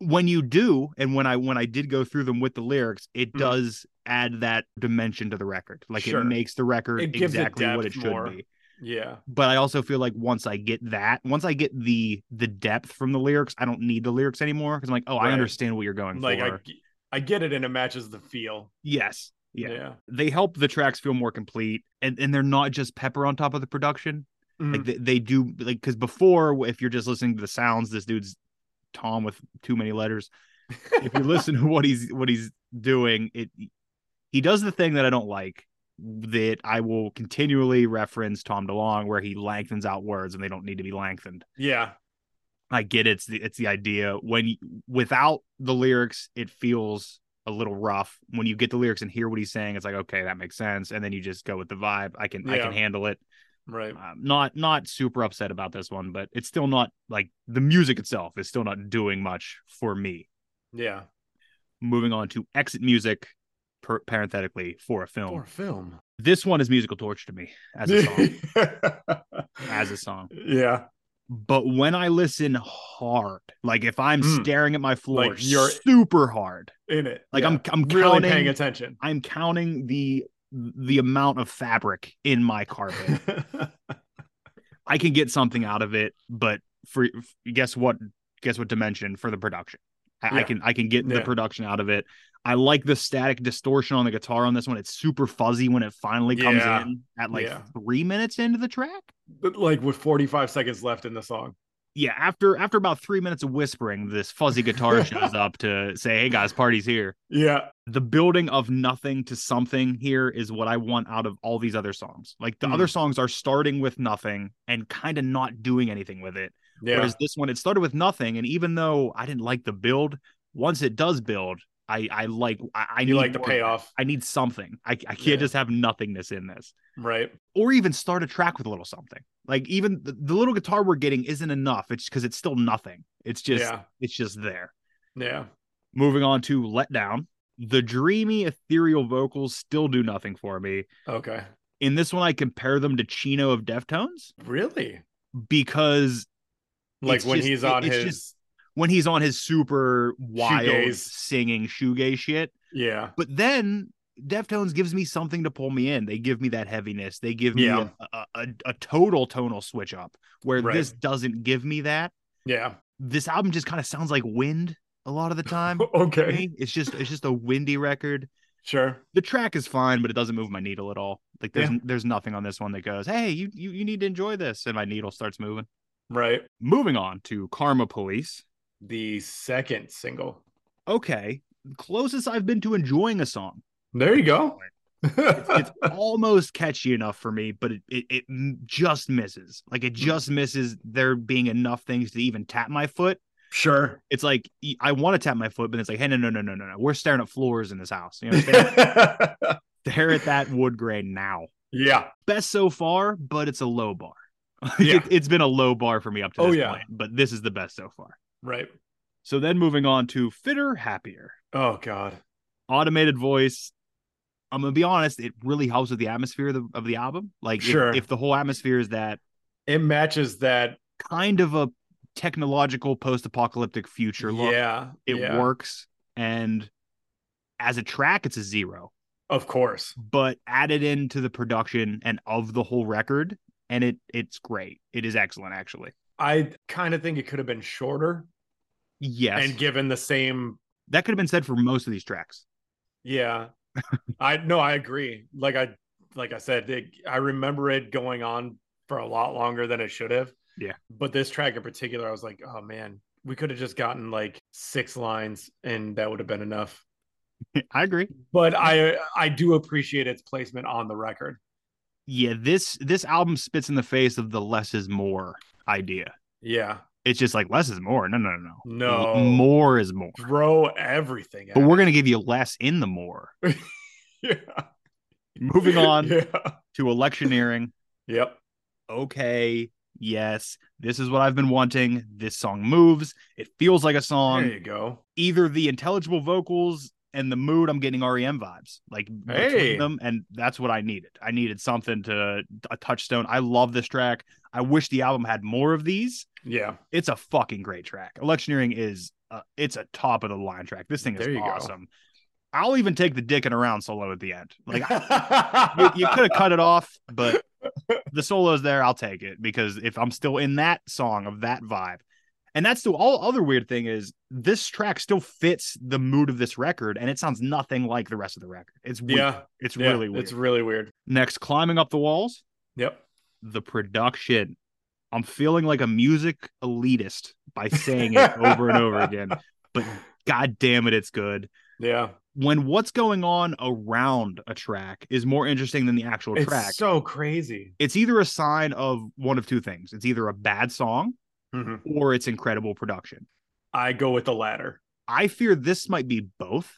when you do, and when I when I did go through them with the lyrics, it
Mhm.
does add that dimension to the record. Like
Sure.
it makes the record
It gives it
exactly what
depth
it should
more.
be.
Yeah.
But I also feel like once I get that, once I get the the depth from the lyrics, I don't need the lyrics anymore because I'm like, oh,
Right.
I understand what you're going
Like
for.
I g- I get it and it matches the feel.
Yes. Yeah.
yeah.
They help the tracks feel more complete and, and they're not just pepper on top of the production. Like
Mhm.
they, they do like because before if you're just listening to the sounds, this dude's Tom with too many letters. If you listen to what he's what he's doing, it he does the thing that I don't like that I will continually reference Tom DeLong where he lengthens out words and they don't need to be lengthened.
yeah.
I get it's the it's the idea when you, without the lyrics it feels a little rough. When you get the lyrics and hear what he's saying, it's like okay, that makes sense, and then you just go with the vibe. I can I
Yeah.
can handle it.
Right.
I'm not not super upset about this one, but it's still not like the music itself is still not doing much for me.
Yeah.
Moving on to exit music, per- parenthetically for a film.
film.
This one is musical torture to me as a song. as a song.
Yeah.
but when I listen hard, like if I'm
Mm.
staring at my floor,
Like you're-
super hard.
In it.
Like
Yeah.
I'm I'm
really
counting
paying attention.
I'm counting the the amount of fabric in my carpet. I can get something out of it, but for guess what guess what dimension for the production. I, I
Yeah.
can I can get
Yeah.
the production out of it. I like the static distortion on the guitar on this one. It's super fuzzy when it finally comes
Yeah.
in at like
Yeah.
three minutes into the track.
But, like with 45 seconds left in the song.
yeah after after about three minutes of whispering this fuzzy guitar shows up to say hey guys party's here
Yeah.
the building of nothing to something here is what i want out of all these other songs like the
Hmm.
other songs are starting with nothing and kind of not doing anything with it
Yeah.
whereas this one it started with nothing and even though i didn't like the build once it does build i i like i, I
you
need
like the
more of that.
payoff,
i need something i, I can't
Yeah.
just have nothingness in this
right?
or even start a track with a little something. Like even the, the little guitar we're getting isn't enough. It's because it's still nothing. It's just
yeah.
it's just there.
Yeah.
Moving on to Let Down. The dreamy ethereal vocals still do nothing for me.
Okay.
In this one, I compare them to Chino of Deftones
Really?
because
Like
It's
when
just-
he's
it-
on
it's
his
just- when he's on his super wild
Shoegaze.
singing shoegaze shit,
yeah.
but then Deftones gives me something to pull me in. They give me that heaviness. They give me
Yeah.
a, a, a, a total tonal switch up where
Right.
this doesn't give me that.
Yeah.
this album just kind of sounds like wind a lot of the time. to
Okay.
me. It's just it's just a windy record.
Sure.
The track is fine, but it doesn't move my needle at all. Like there's
Yeah.
there's nothing on this one that goes, "Hey, you, you you need to enjoy this," and my needle starts moving.
Right.
Moving on to Karma Police.
The second single.
Okay, closest I've been to enjoying a song.
There you go.
It's almost catchy enough for me, but it, it it m- just misses. Like it just misses there being enough things to even tap my foot.
sure.
It's like y- I want to tap my foot, but it's like, hey, no, no, no, no, no, no. We're staring at floors in this house. You know, stare
yeah.
stare at that wood grain now.
Yeah.
Best so far, but it's a low bar. Like,
Yeah.
it, it's been a low bar for me up to
Oh,
this
yeah.
point, but this is the best so far.
Right.
So then moving on to fitter, happier,
Oh God.
automated voice. I'm gonna be honest; it really helps with the atmosphere of the, of the album. Like, if-
Sure.
if, the whole atmosphere is that
It matches that.
kind of a technological post-apocalyptic future look,
yeah.
it
yeah.
works. And as a track, it's a zero,
Of course.
but added into the production and of the whole record, and it it's great. It is excellent, actually.
I kind of think it could have been shorter
Yes,
and given the same.
that could have been said for most of these tracks.
Yeah. I no, I agree. Like I, like I said, it, I remember it going on for a lot longer than it should have.
Yeah.
But this track in particular, I was like, oh man, we could have just gotten like six lines and that would have been enough.
I agree.
But I, I do appreciate its placement on the record.
yeah this this album spits in the face of the less is more idea
Yeah.
it's just like less is more no no no
No.
L- more is more
Throw everything.
but
at
we're
it.
gonna give you less in the more
Yeah.
moving on
Yeah.
to electioneering
Yep.
okay yes this is what i've been wanting this song moves it feels like a song
there you go.
either the intelligible vocals and the mood I'm getting REM vibes like between
Hey.
them and that's what I needed. I needed something to a touchstone. I love this track. I wish the album had more of these.
Yeah.
It's a fucking great track. Electioneering is uh, it's a top of the line track. This thing is
There you go.
awesome. I'll even take the dicking around solo at the end. Like you, you could have cut it off, but the solo's there. I'll take it because if I'm still in that song of that vibe, and that's the all other weird thing is this track still fits the mood of this record, and it sounds nothing like the rest of the record. It's weird.
Yeah.
it's
yeah,
really weird.
It's really weird.
Next, climbing up the walls,
Yep.
the production. I'm feeling like a music elitist by saying it over and over again, but god damn it, it's good.
Yeah.
When what's going on around a track is more interesting than the actual
It's
track
so crazy.
it's either a sign of one of two things it's either a bad song
Mhm.
or it's incredible production
I go with the latter.
i fear this might be both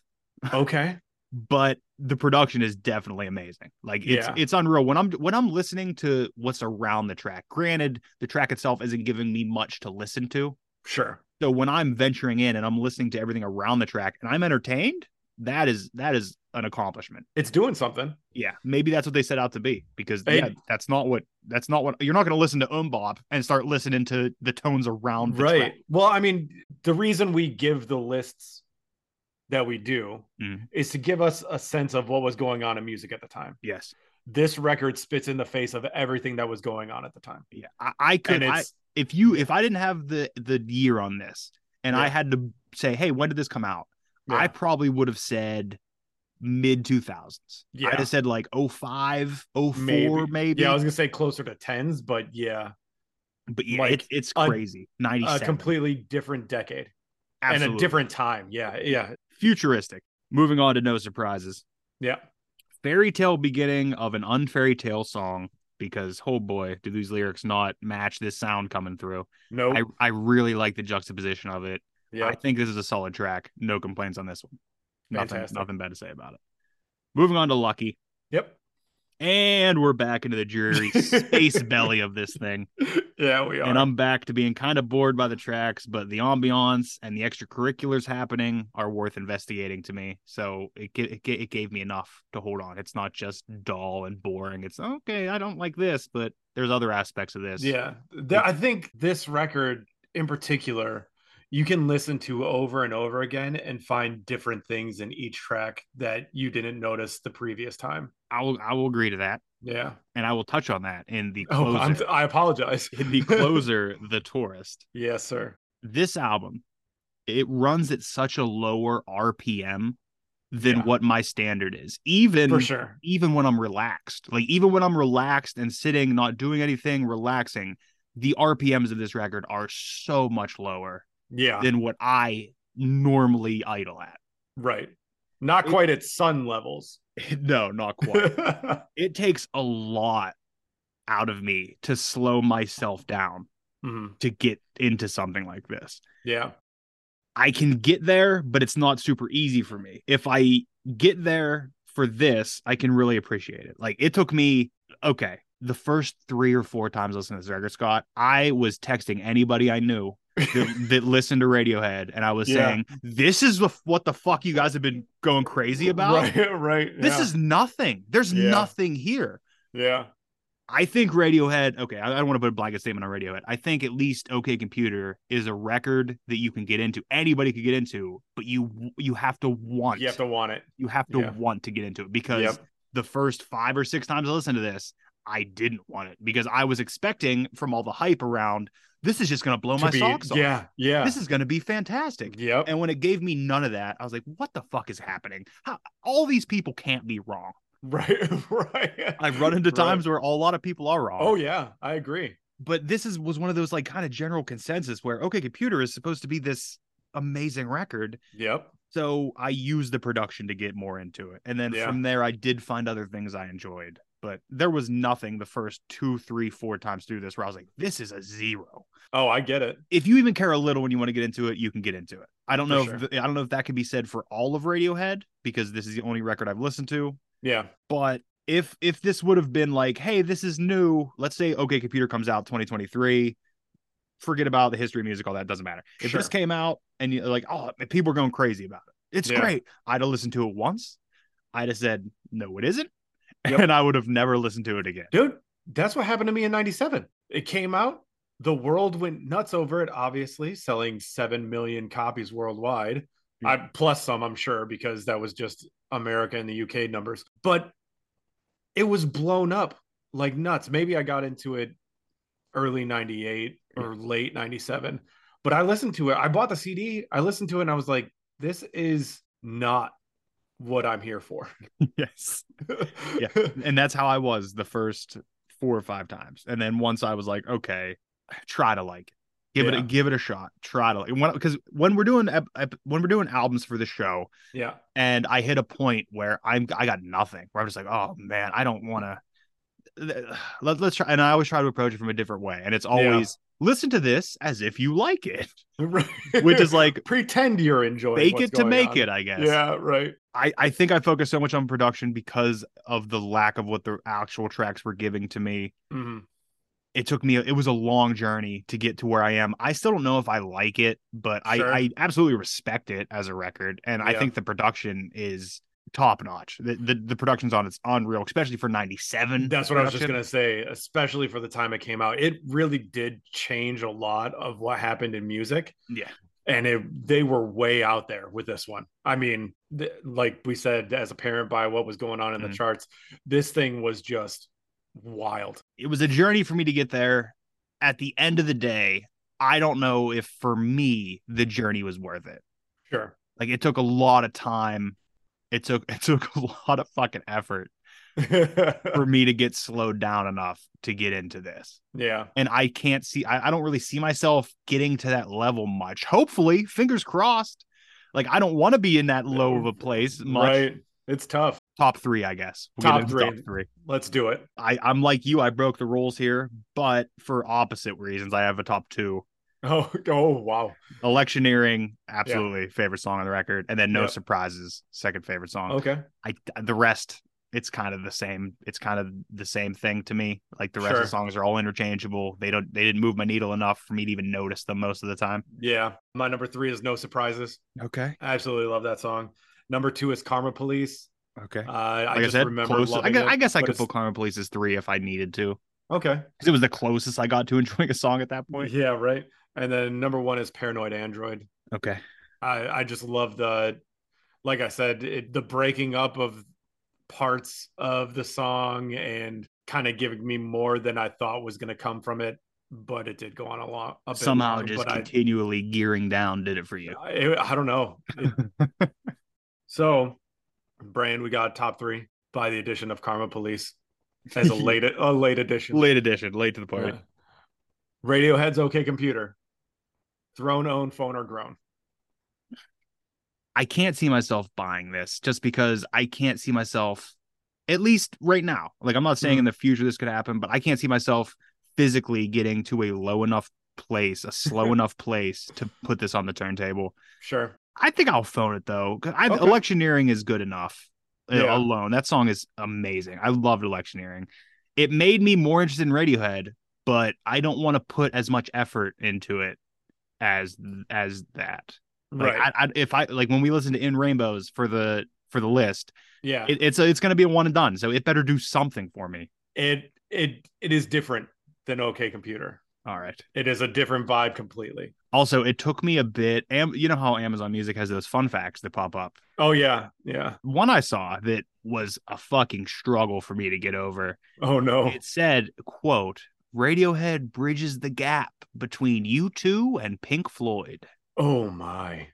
Okay.
but the production is definitely amazing like it's
Yeah.
it's unreal when i'm when i'm listening to what's around the track granted the track itself isn't giving me much to listen to
Sure.
so when i'm venturing in and i'm listening to everything around the track and i'm entertained that is that is an accomplishment
It's doing something.
yeah maybe that's what they set out to be because
They-
yeah, that's not what that's not what you're not going to listen to umbop and start listening to the tones around Um, the
right.
track.
Well, I mean, the reason we give the lists that we do
Mhm.
is to give us a sense of what was going on in music at the time.
yes
This record spits in the face of everything that was going on at the time.
yeah i, I could
and
I,
it's
if you if i didn't have the the year on this and i
Yeah.
had to say hey when did this come out i
yeah.
probably would have said mid 2000s
Yeah.
i'd have said like 05 04 maybe,
Maybe. yeah, I was gonna say closer to tens, but yeah,
but yeah
like
it's it's
a-
crazy 97
a completely different decade and
Absolutely.
a different time. Yeah, yeah,
futuristic moving on to no surprises
yeah.
fairy tale beginning of an unfairy tale song because oh boy do these lyrics not match this sound coming through
No,
i, I really like the juxtaposition of it
yeah,
i think this is a solid track no complaints on this one nothing,
Fantastic.
nothing bad to say about it moving on to lucky
yep,
and we're back into the dreary space belly of this thing
yeah. We are.
and i'm back to being kind of bored by the tracks but the ambiance and the extracurriculars happening are worth investigating to me so it, ga- it, ga- it gave me enough to hold on it's not just dull and boring it's okay i don't like this but there's other aspects of this
Yeah, Th- I think this record in particular, you can listen to over and over again and find different things in each track that you didn't notice the previous time.
i will i will agree to that
Yeah.
and i will touch on that in the
Oh,
closer
I'm, I apologize.
in the closer the tourist
yes, sir.
this album it runs at such a lower rpm than
Yeah.
what my standard is even
For sure.
even when I'm relaxed. Like even when I'm relaxed and sitting, not doing anything, relaxing, the RPMs of this record are so much lower
Yeah.
than what I normally idle at.
Right. Not
It-
quite at sun levels.
no, not quite.
Mhm.
it takes a lot out of me to slow myself down to get into something like this.
Mm-hmm. Yeah.
I can get there, but it's not super easy for me. If I get there for this, I can really appreciate it. Like it took me okay, the first three or four times listening to this record, Scott, I was texting anybody I knew that, that listened to Radiohead, and I was
Yeah.
saying, "This is the, f- what the fuck you guys have been going crazy about.
right, right.
This
yeah,
is nothing. There's
Yeah.
nothing here."
yeah,
I think Radiohead. Okay, I I don't want to put a blanket statement on Radiohead. I think at least OK Computer is a record that you can get into. Anybody could get into, but you you have to want
you have to want it.
you have to
yeah.
want to get into it because
Yep.
the first five or six times I listened to this, I didn't want it because I was expecting from all the hype around this is just going to blow
to
my
be-
socks off.
Yeah, yeah.
This is going to be fantastic.
yep.
And when it gave me none of that, I was like, "What the fuck is happening? How, all these people can't be wrong."
right, right.
I've run into
Right.
times where a lot of people are wrong.
Oh yeah, I agree.
but this is was one of those like kind of general consensus where okay computer is supposed to be this amazing record
Yep.
so i used the production to get more into it and then
Yeah.
from there i did find other things i enjoyed but there was nothing the first two three four times through this where i was like this is a zero
Oh, I get it.
if you even care a little when you want to get into it you can get into it i don't
For
know
sure.
if th- i don't know if that can be said for all of radiohead because this is the only record i've listened to
Yeah.
but if if this would have been like hey this is new let's say okay computer comes out 2023 forget about the history of music all that doesn't matter if
Sure.
this came out and you're like oh man, people are going crazy about it it's
Yeah.
great i'd have listened to it once i'd have said no it isn't
Yep.
and i would have never listened to it again
Dude, that's what happened to me in 97. It came out, the world went nuts over it, obviously, selling 7 million copies worldwide. I, plus some, I'm sure, because that was just America and the UK numbers. But it was blown up like nuts. Maybe I got into it early 98 or late 97, but I listened to it. I bought the CD, I listened to it, and I was like, this is not what I'm here for.
yes and that's how i was the first four or five times and then once i was like okay try to like it give it
Yeah.
a, give it a shot try to like because when, we're doing ep- ep- when we're doing albums for the show
yeah.
and I hit a point where I'm I got nothing. Where I'm just like, oh man, I don't want to. Let, let's try. And I always try to approach it from a different way, and it's always listen to this as if you like it, which is like
pretend you're enjoying
bake
what's
it to
going
make
on.
it. I guess.
yeah right
I I think I focused so much on production because of the lack of what the actual tracks were giving to me.
Mhm.
It took me. It was a long journey to get to where I am. I still don't know if I like it, but
Sure.
I, I absolutely respect it as a record, and I
Yeah.
think the production is top notch. The, the the production's on it's unreal, especially for '97.
that's what i was just gonna say especially for the time it came out it really did change a lot of what happened in music
Yeah.
and it they were way out there with this one i mean th- like we said as apparent by what was going on in the
Mhm.
charts this thing was just wild
It was a journey for me to get there. At the end of the day, I don't know if for me the journey was worth it.
sure
Like it took a lot of time. It took it took a lot of fucking effort for me to get slowed down enough to get into this.
yeah
and I can't see I, I don't really see myself getting to that level much. Hopefully, fingers crossed. Like I don't want to be in that low of a place much.
right it's tough
Top three, I guess.
Top
get into
three.
Top three.
let's do it
I, I'm like you, I broke the rules here, but for opposite reasons. I have a top two.
oh oh wow
Electioneering, absolutely favorite song on the record. And then No
Yep.
Surprises, second favorite song.
okay
I the rest it's kind of the same it's kind of the same thing to me like the rest of
Sure.
the songs are all interchangeable they don't they didn't move my needle enough for me to even notice them most of the time
yeah my number three is no surprises
okay
I absolutely love that song. Number two is Karma Police.
okay
Uh, I
like i,
just
said
remember
close I,
loving
guess,
it,
I guess i
but
could put
it's-
karma police as three if i needed to
Okay.
because it was the closest i got to enjoying a song at that point
Yeah, right. And then number one is Paranoid Android.
okay
I, I just love the, like I said, it, the breaking up of parts of the song and kind of giving me more than I thought was going to come from it. But it did go on a lot. A bit
somehow
long,
just
but I-
continually gearing down did it for you
I, I don't know. It- so, Brand, we got top three by the addition of Karma Police as a late a late addition.
late edition late to the party
Yeah. Radiohead's OK Computer. Throne, own, phone, or grown.
I can't see myself buying this just because I can't see myself, at least right now. Like, I'm not
Mm-hmm.
saying in the future this could happen, but I can't see myself physically getting to a low enough place, a slow enough place to put this on the turntable.
Sure.
I think I'll phone it though. 'cause I,
Okay.
Electioneering is good enough uh,
Yeah.
alone. That song is amazing. I loved electioneering. it made me more interested in Radiohead, but I don't want to put as much effort into it as as that. Like,
right.
I, I, if I like when we listen to In Rainbows for the for the list,
yeah.
it, it's it's going to be a one and done. So it better do something for me.
it it it is different than OK Computer.
All right.
It is a different vibe completely.
Also, it took me a bit. Am, you know how Amazon Music has those fun facts that pop up.
Oh yeah, yeah.
One I saw that was a fucking struggle for me to get over.
Oh no.
It said, "quote Radiohead bridges the gap between U2 and Pink Floyd,"
oh my.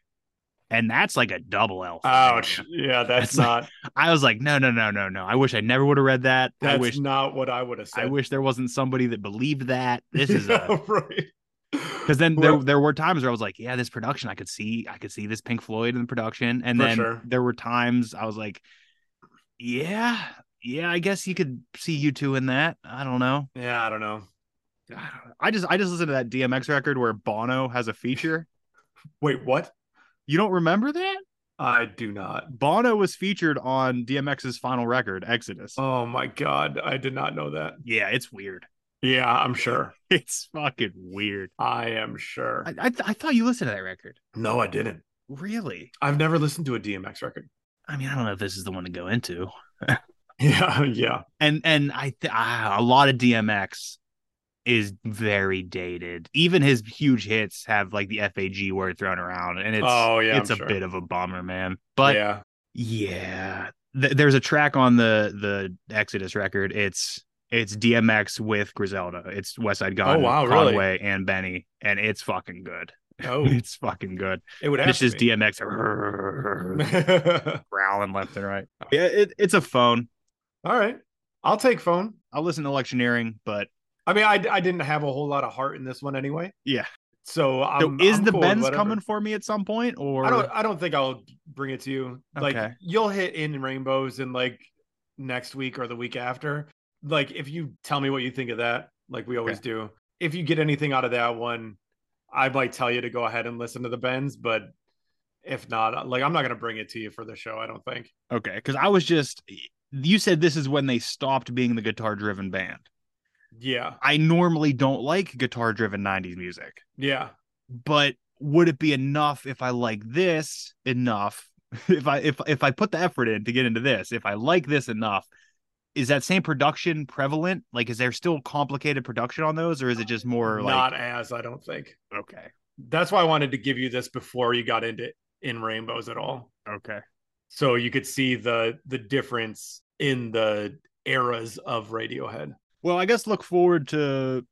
and that's like a double L. for me.
Ouch. Yeah, that's,
That's
not
I was like, "No, no, no, no, no! I wish I never would have read that. I
that's
wish."
not what I would have said.
I wish there wasn't somebody that believed that. This is a
Yeah, right.
because then there there were times where I was like, yeah, this production, I could see, I could see this Pink Floyd in the production, and
For
then
sure.
there were times I was like, yeah, yeah, I guess you could see you two in that. I don't know.
Yeah, I don't know.
I just I just listened to that DMX record where Bono has a feature.
Wait, what?
You don't remember that?
I do not.
Bono was featured on DMX's final record, Exodus.
Oh my god, I did not know that.
Yeah, it's weird.
Yeah, I'm sure.
It's fucking weird.
I am sure.
I I, th- I thought you listened to that record.
no, I didn't.
Really?
I've never listened to a DMX record.
I mean, I don't know if this is the one to go into.
Yeah, yeah.
and and I th- ah, a lot of DMX is very dated. Even his huge hits have like the FAG word thrown around, and it's
Oh, yeah,
it's
I'm
a
sure.
bit of a bummer, man. But yeah,
yeah.
Th- there's a track on the the Exodus record. It's it's DMX with Griselda. It's West Side Gun,
Oh, wow, really?
Conway, and Benny, and it's fucking good.
Oh,
It's fucking good.
it would have
It's
to
just
be.
DMX growling left and right. Yeah, it, it's a phone.
All right. I'll take phone.
I'll listen to electioneering, but
I mean, I, I didn't have a whole lot of heart in this one anyway.
yeah.
So, i
So is the Benz coming for me at some point, or
I don't. I don't think I'll bring it to you. Like
Okay.
you'll hit in rainbows in like next week or the week after. Like if you tell me what you think of that, like we always do. If you get anything out of that one, I might tell you to go ahead and listen to the Benz. But if not, uh, like I'm not gonna bring it to you for the show. I don't think.
okay? Because I was just you said this is when they stopped being the guitar-driven band.
Yeah.
I normally don't like guitar-driven '90s music,
Yeah.
but would it be enough if I like this enough? If I if if I put the effort in to get into this, if I like this enough, is that same production prevalent? Like, is there still complicated production on those, or is it just more
not
like
as I don't think.
okay,
That's why I wanted to give you this before you got into in rainbows at all.
okay,
so you could see the the difference in the eras of Radiohead.
Well, I guess look forward to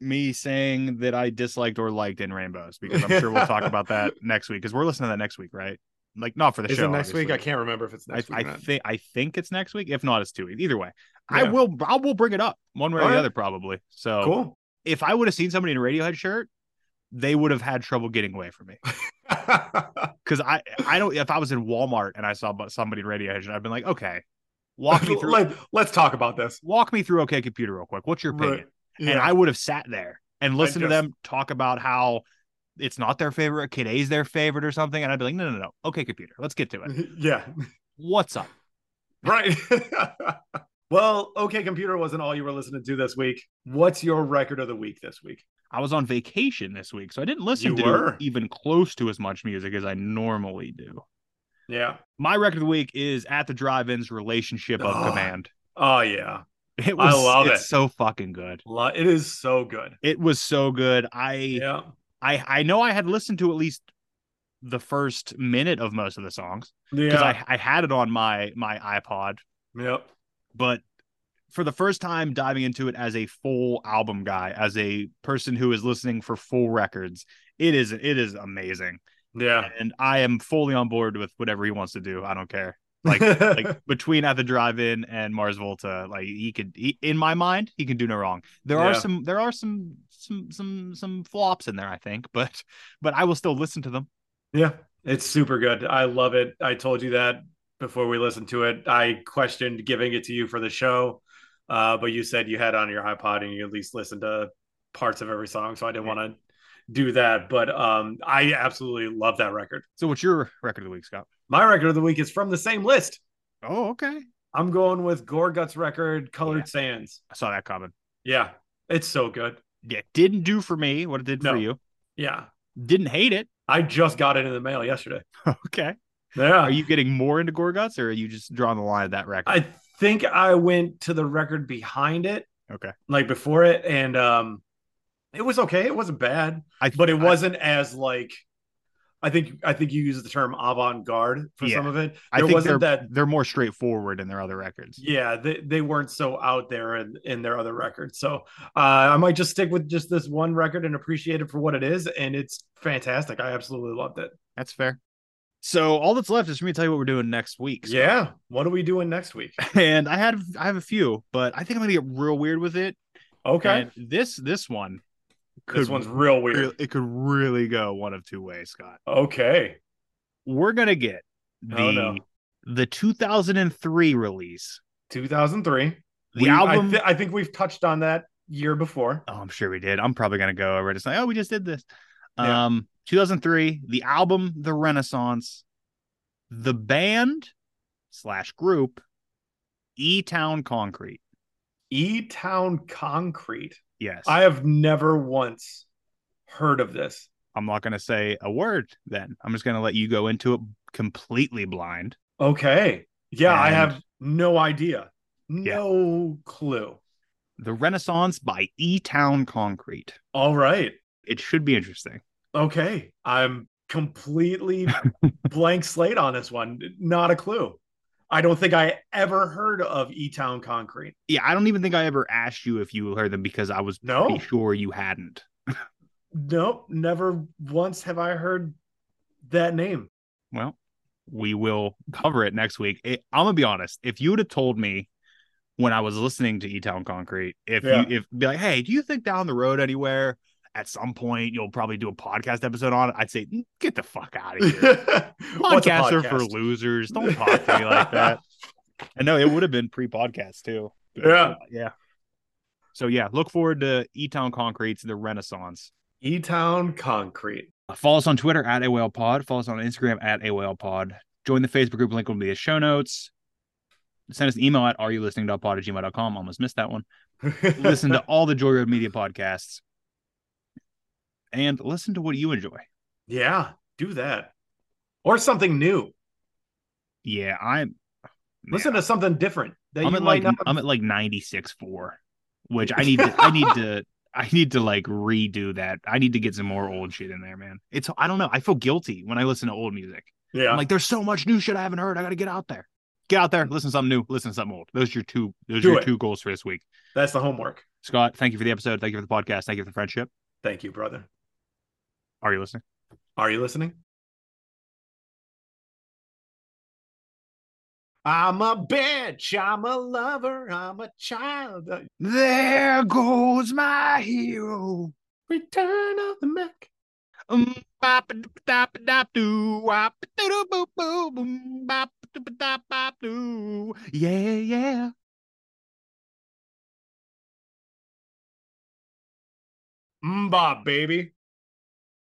me saying that I disliked or liked in Rainbows because I'm sure we'll talk about that next week because we're listening to that next week, right? Like not for the
Is
show
it next week? I
obviously.
can't remember if it's next
I,
week. or
I
not.
think I think it's next week. If not, it's two weeks. Either way, I
Yeah.
will. I will bring it up one way or
Alright.
the other, probably. So
Cool.
if I would have seen somebody in a Radiohead shirt, they would have had trouble getting away from me because I I don't. If I was in Walmart and I saw bu- somebody in Radiohead shirt, I'd been like, okay, walk me through.
Let, us talk about this.
Walk me through OK Computer real quick. What's your opinion?
Right.
and I would have sat there and listened to
just-
them talk about how it's not their favorite, Kid A's their favorite or something, and I'd be like, no, no, no, okay, computer, let's get to it.
yeah.
What's up?
Right. well, okay, computer wasn't all you were listening to this week. What's your record of the week this week?
I was on vacation this week, so I didn't listen
You
to
were?
even close to as much music as I normally do.
Yeah.
My record of the week is at the drive-in's relationship of
Oh,
command.
Oh yeah.
It was
love
it's
it.
so fucking good.
Lo- It is so good.
It was so good. I
Yeah.
I I know I had listened to at least the first minute of most of the songs because
Yeah.
I, I had it on my my iPod
yep.
but for the first time diving into it as a full album guy as a person who is listening for full records it is it is amazing
Yeah.
and i am fully on board with whatever he wants to do i don't care like like between at the drive-in and mars volta like he could he, in my mind he can do no wrong there are
Yeah.
some there are some some some some flops in there i think but but i will still listen to them
Yeah, it's super good. I love it. I told you that before we listened to it. I questioned giving it to you for the show, uh, but you said you had it on your iPod and you at least listened to parts of every song, so I didn't want to do that. But um, I absolutely love that record.
so what's your record of the week scott
My record of the week is from the same list.
oh okay
I'm going with Gorgut's record, Colored Sands.
I saw that coming.
Yeah, it's so good.
Yeah, didn't do for me what it did
No.
for you.
Yeah,
Didn't hate it.
I just got it in the mail yesterday.
Okay.
Yeah,
Are you getting more into Gorguts or are you just drawing the line at that record?
I think I went to the record behind it.
Okay.
like before it, and um, it was okay. It wasn't bad,
I,
but it
I-
wasn't as like. I think I think you used the term avant garde for some
Yeah.
of it. There
I, think
wasn't
they're,
that
they're more straightforward in their other records.
yeah they, they weren't so out there in, in their other records so uh, i might just stick with just this one record and appreciate it for what it is and it's fantastic i absolutely loved it
That's fair. So all that's left is for me to tell you what we're doing next week. Scott.
yeah what are we doing next week
And I had I have a few, but I think I'm gonna get real weird with it.
okay
And this this one could
this one's real weird
re- it could really go one of two ways, Scott.
okay
We're gonna get the
Oh, no.
the 2003 release.
2003
The
We-
album.
I, thi- I think we've touched on that year before
oh, I'm sure we did. I'm probably gonna go over it. It's like, oh, we just did this.
Yeah.
Um, 2003, the album, the Renaissance, the band slash group, E Town Concrete.
e-town concrete
Yes,
i have never once heard of this
I'm not gonna say a word. Then I'm just gonna let you go into it completely blind.
okay yeah i
And-
have no idea no clue
The Renaissance by E Town Concrete.
all right
It should be interesting.
Okay. I'm completely blank slate on this one. Not a clue. I don't think I ever heard of E Town Concrete.
Yeah, I don't even think I ever asked you if you heard them because I was
No.
pretty sure you hadn't.
Nope. Never once have I heard that name.
Well, we will cover it next week. It, I'm gonna be honest. If you would have told me when I was listening to E Town Concrete, if
Yeah.
you if be like, hey, do you think down the road anywhere at some point you'll probably do a podcast episode on it? I'd say, "Mm, get the fuck out of here.
What's a
Podcasts are for
podcast?
losers. Don't talk to me like that. I know it would have been pre-podcast too.
Yeah.
yeah. So yeah, look forward to E Town Concrete's The Renaissance.
E Town Concrete.
Uh, Follow us on Twitter at AOL Pod. Follow us on Instagram at AOL Pod. Join the Facebook group. Link will be in the show notes. Send us an email at areyoulistening.pod at gmail.com. Almost missed that one. Listen to all the Joy Road Media podcasts and listen to what you enjoy.
yeah, do that. Or something new.
Yeah, I'm
Listen to something different that
I'm
you
at
might
like
not
I'm at like 96.4, which I need to I need to I need to like redo that. I need to get some more old shit in there, man. It's I don't know. I feel guilty when I listen to old music.
Yeah.
I'm like, there's so much new shit I haven't heard. I got to get out there. Get out there, listen to something new, listen to something old. Those are your two. Those
Do
are your
it.
two goals for this week.
That's the homework.
Scott, thank you for the episode. Thank you for the podcast. Thank you for the friendship.
Thank you, brother.
Are you listening?
Are you listening? I'm a bitch. I'm a lover. I'm a child.
There goes my hero.
Return of the Mac.
Um, bop, dop, dop, dop, doo, wop, doo, doo, boo, boo, boom, bop, doo, ba, dop, bop, doo. Yeah, yeah.
Mbop, baby.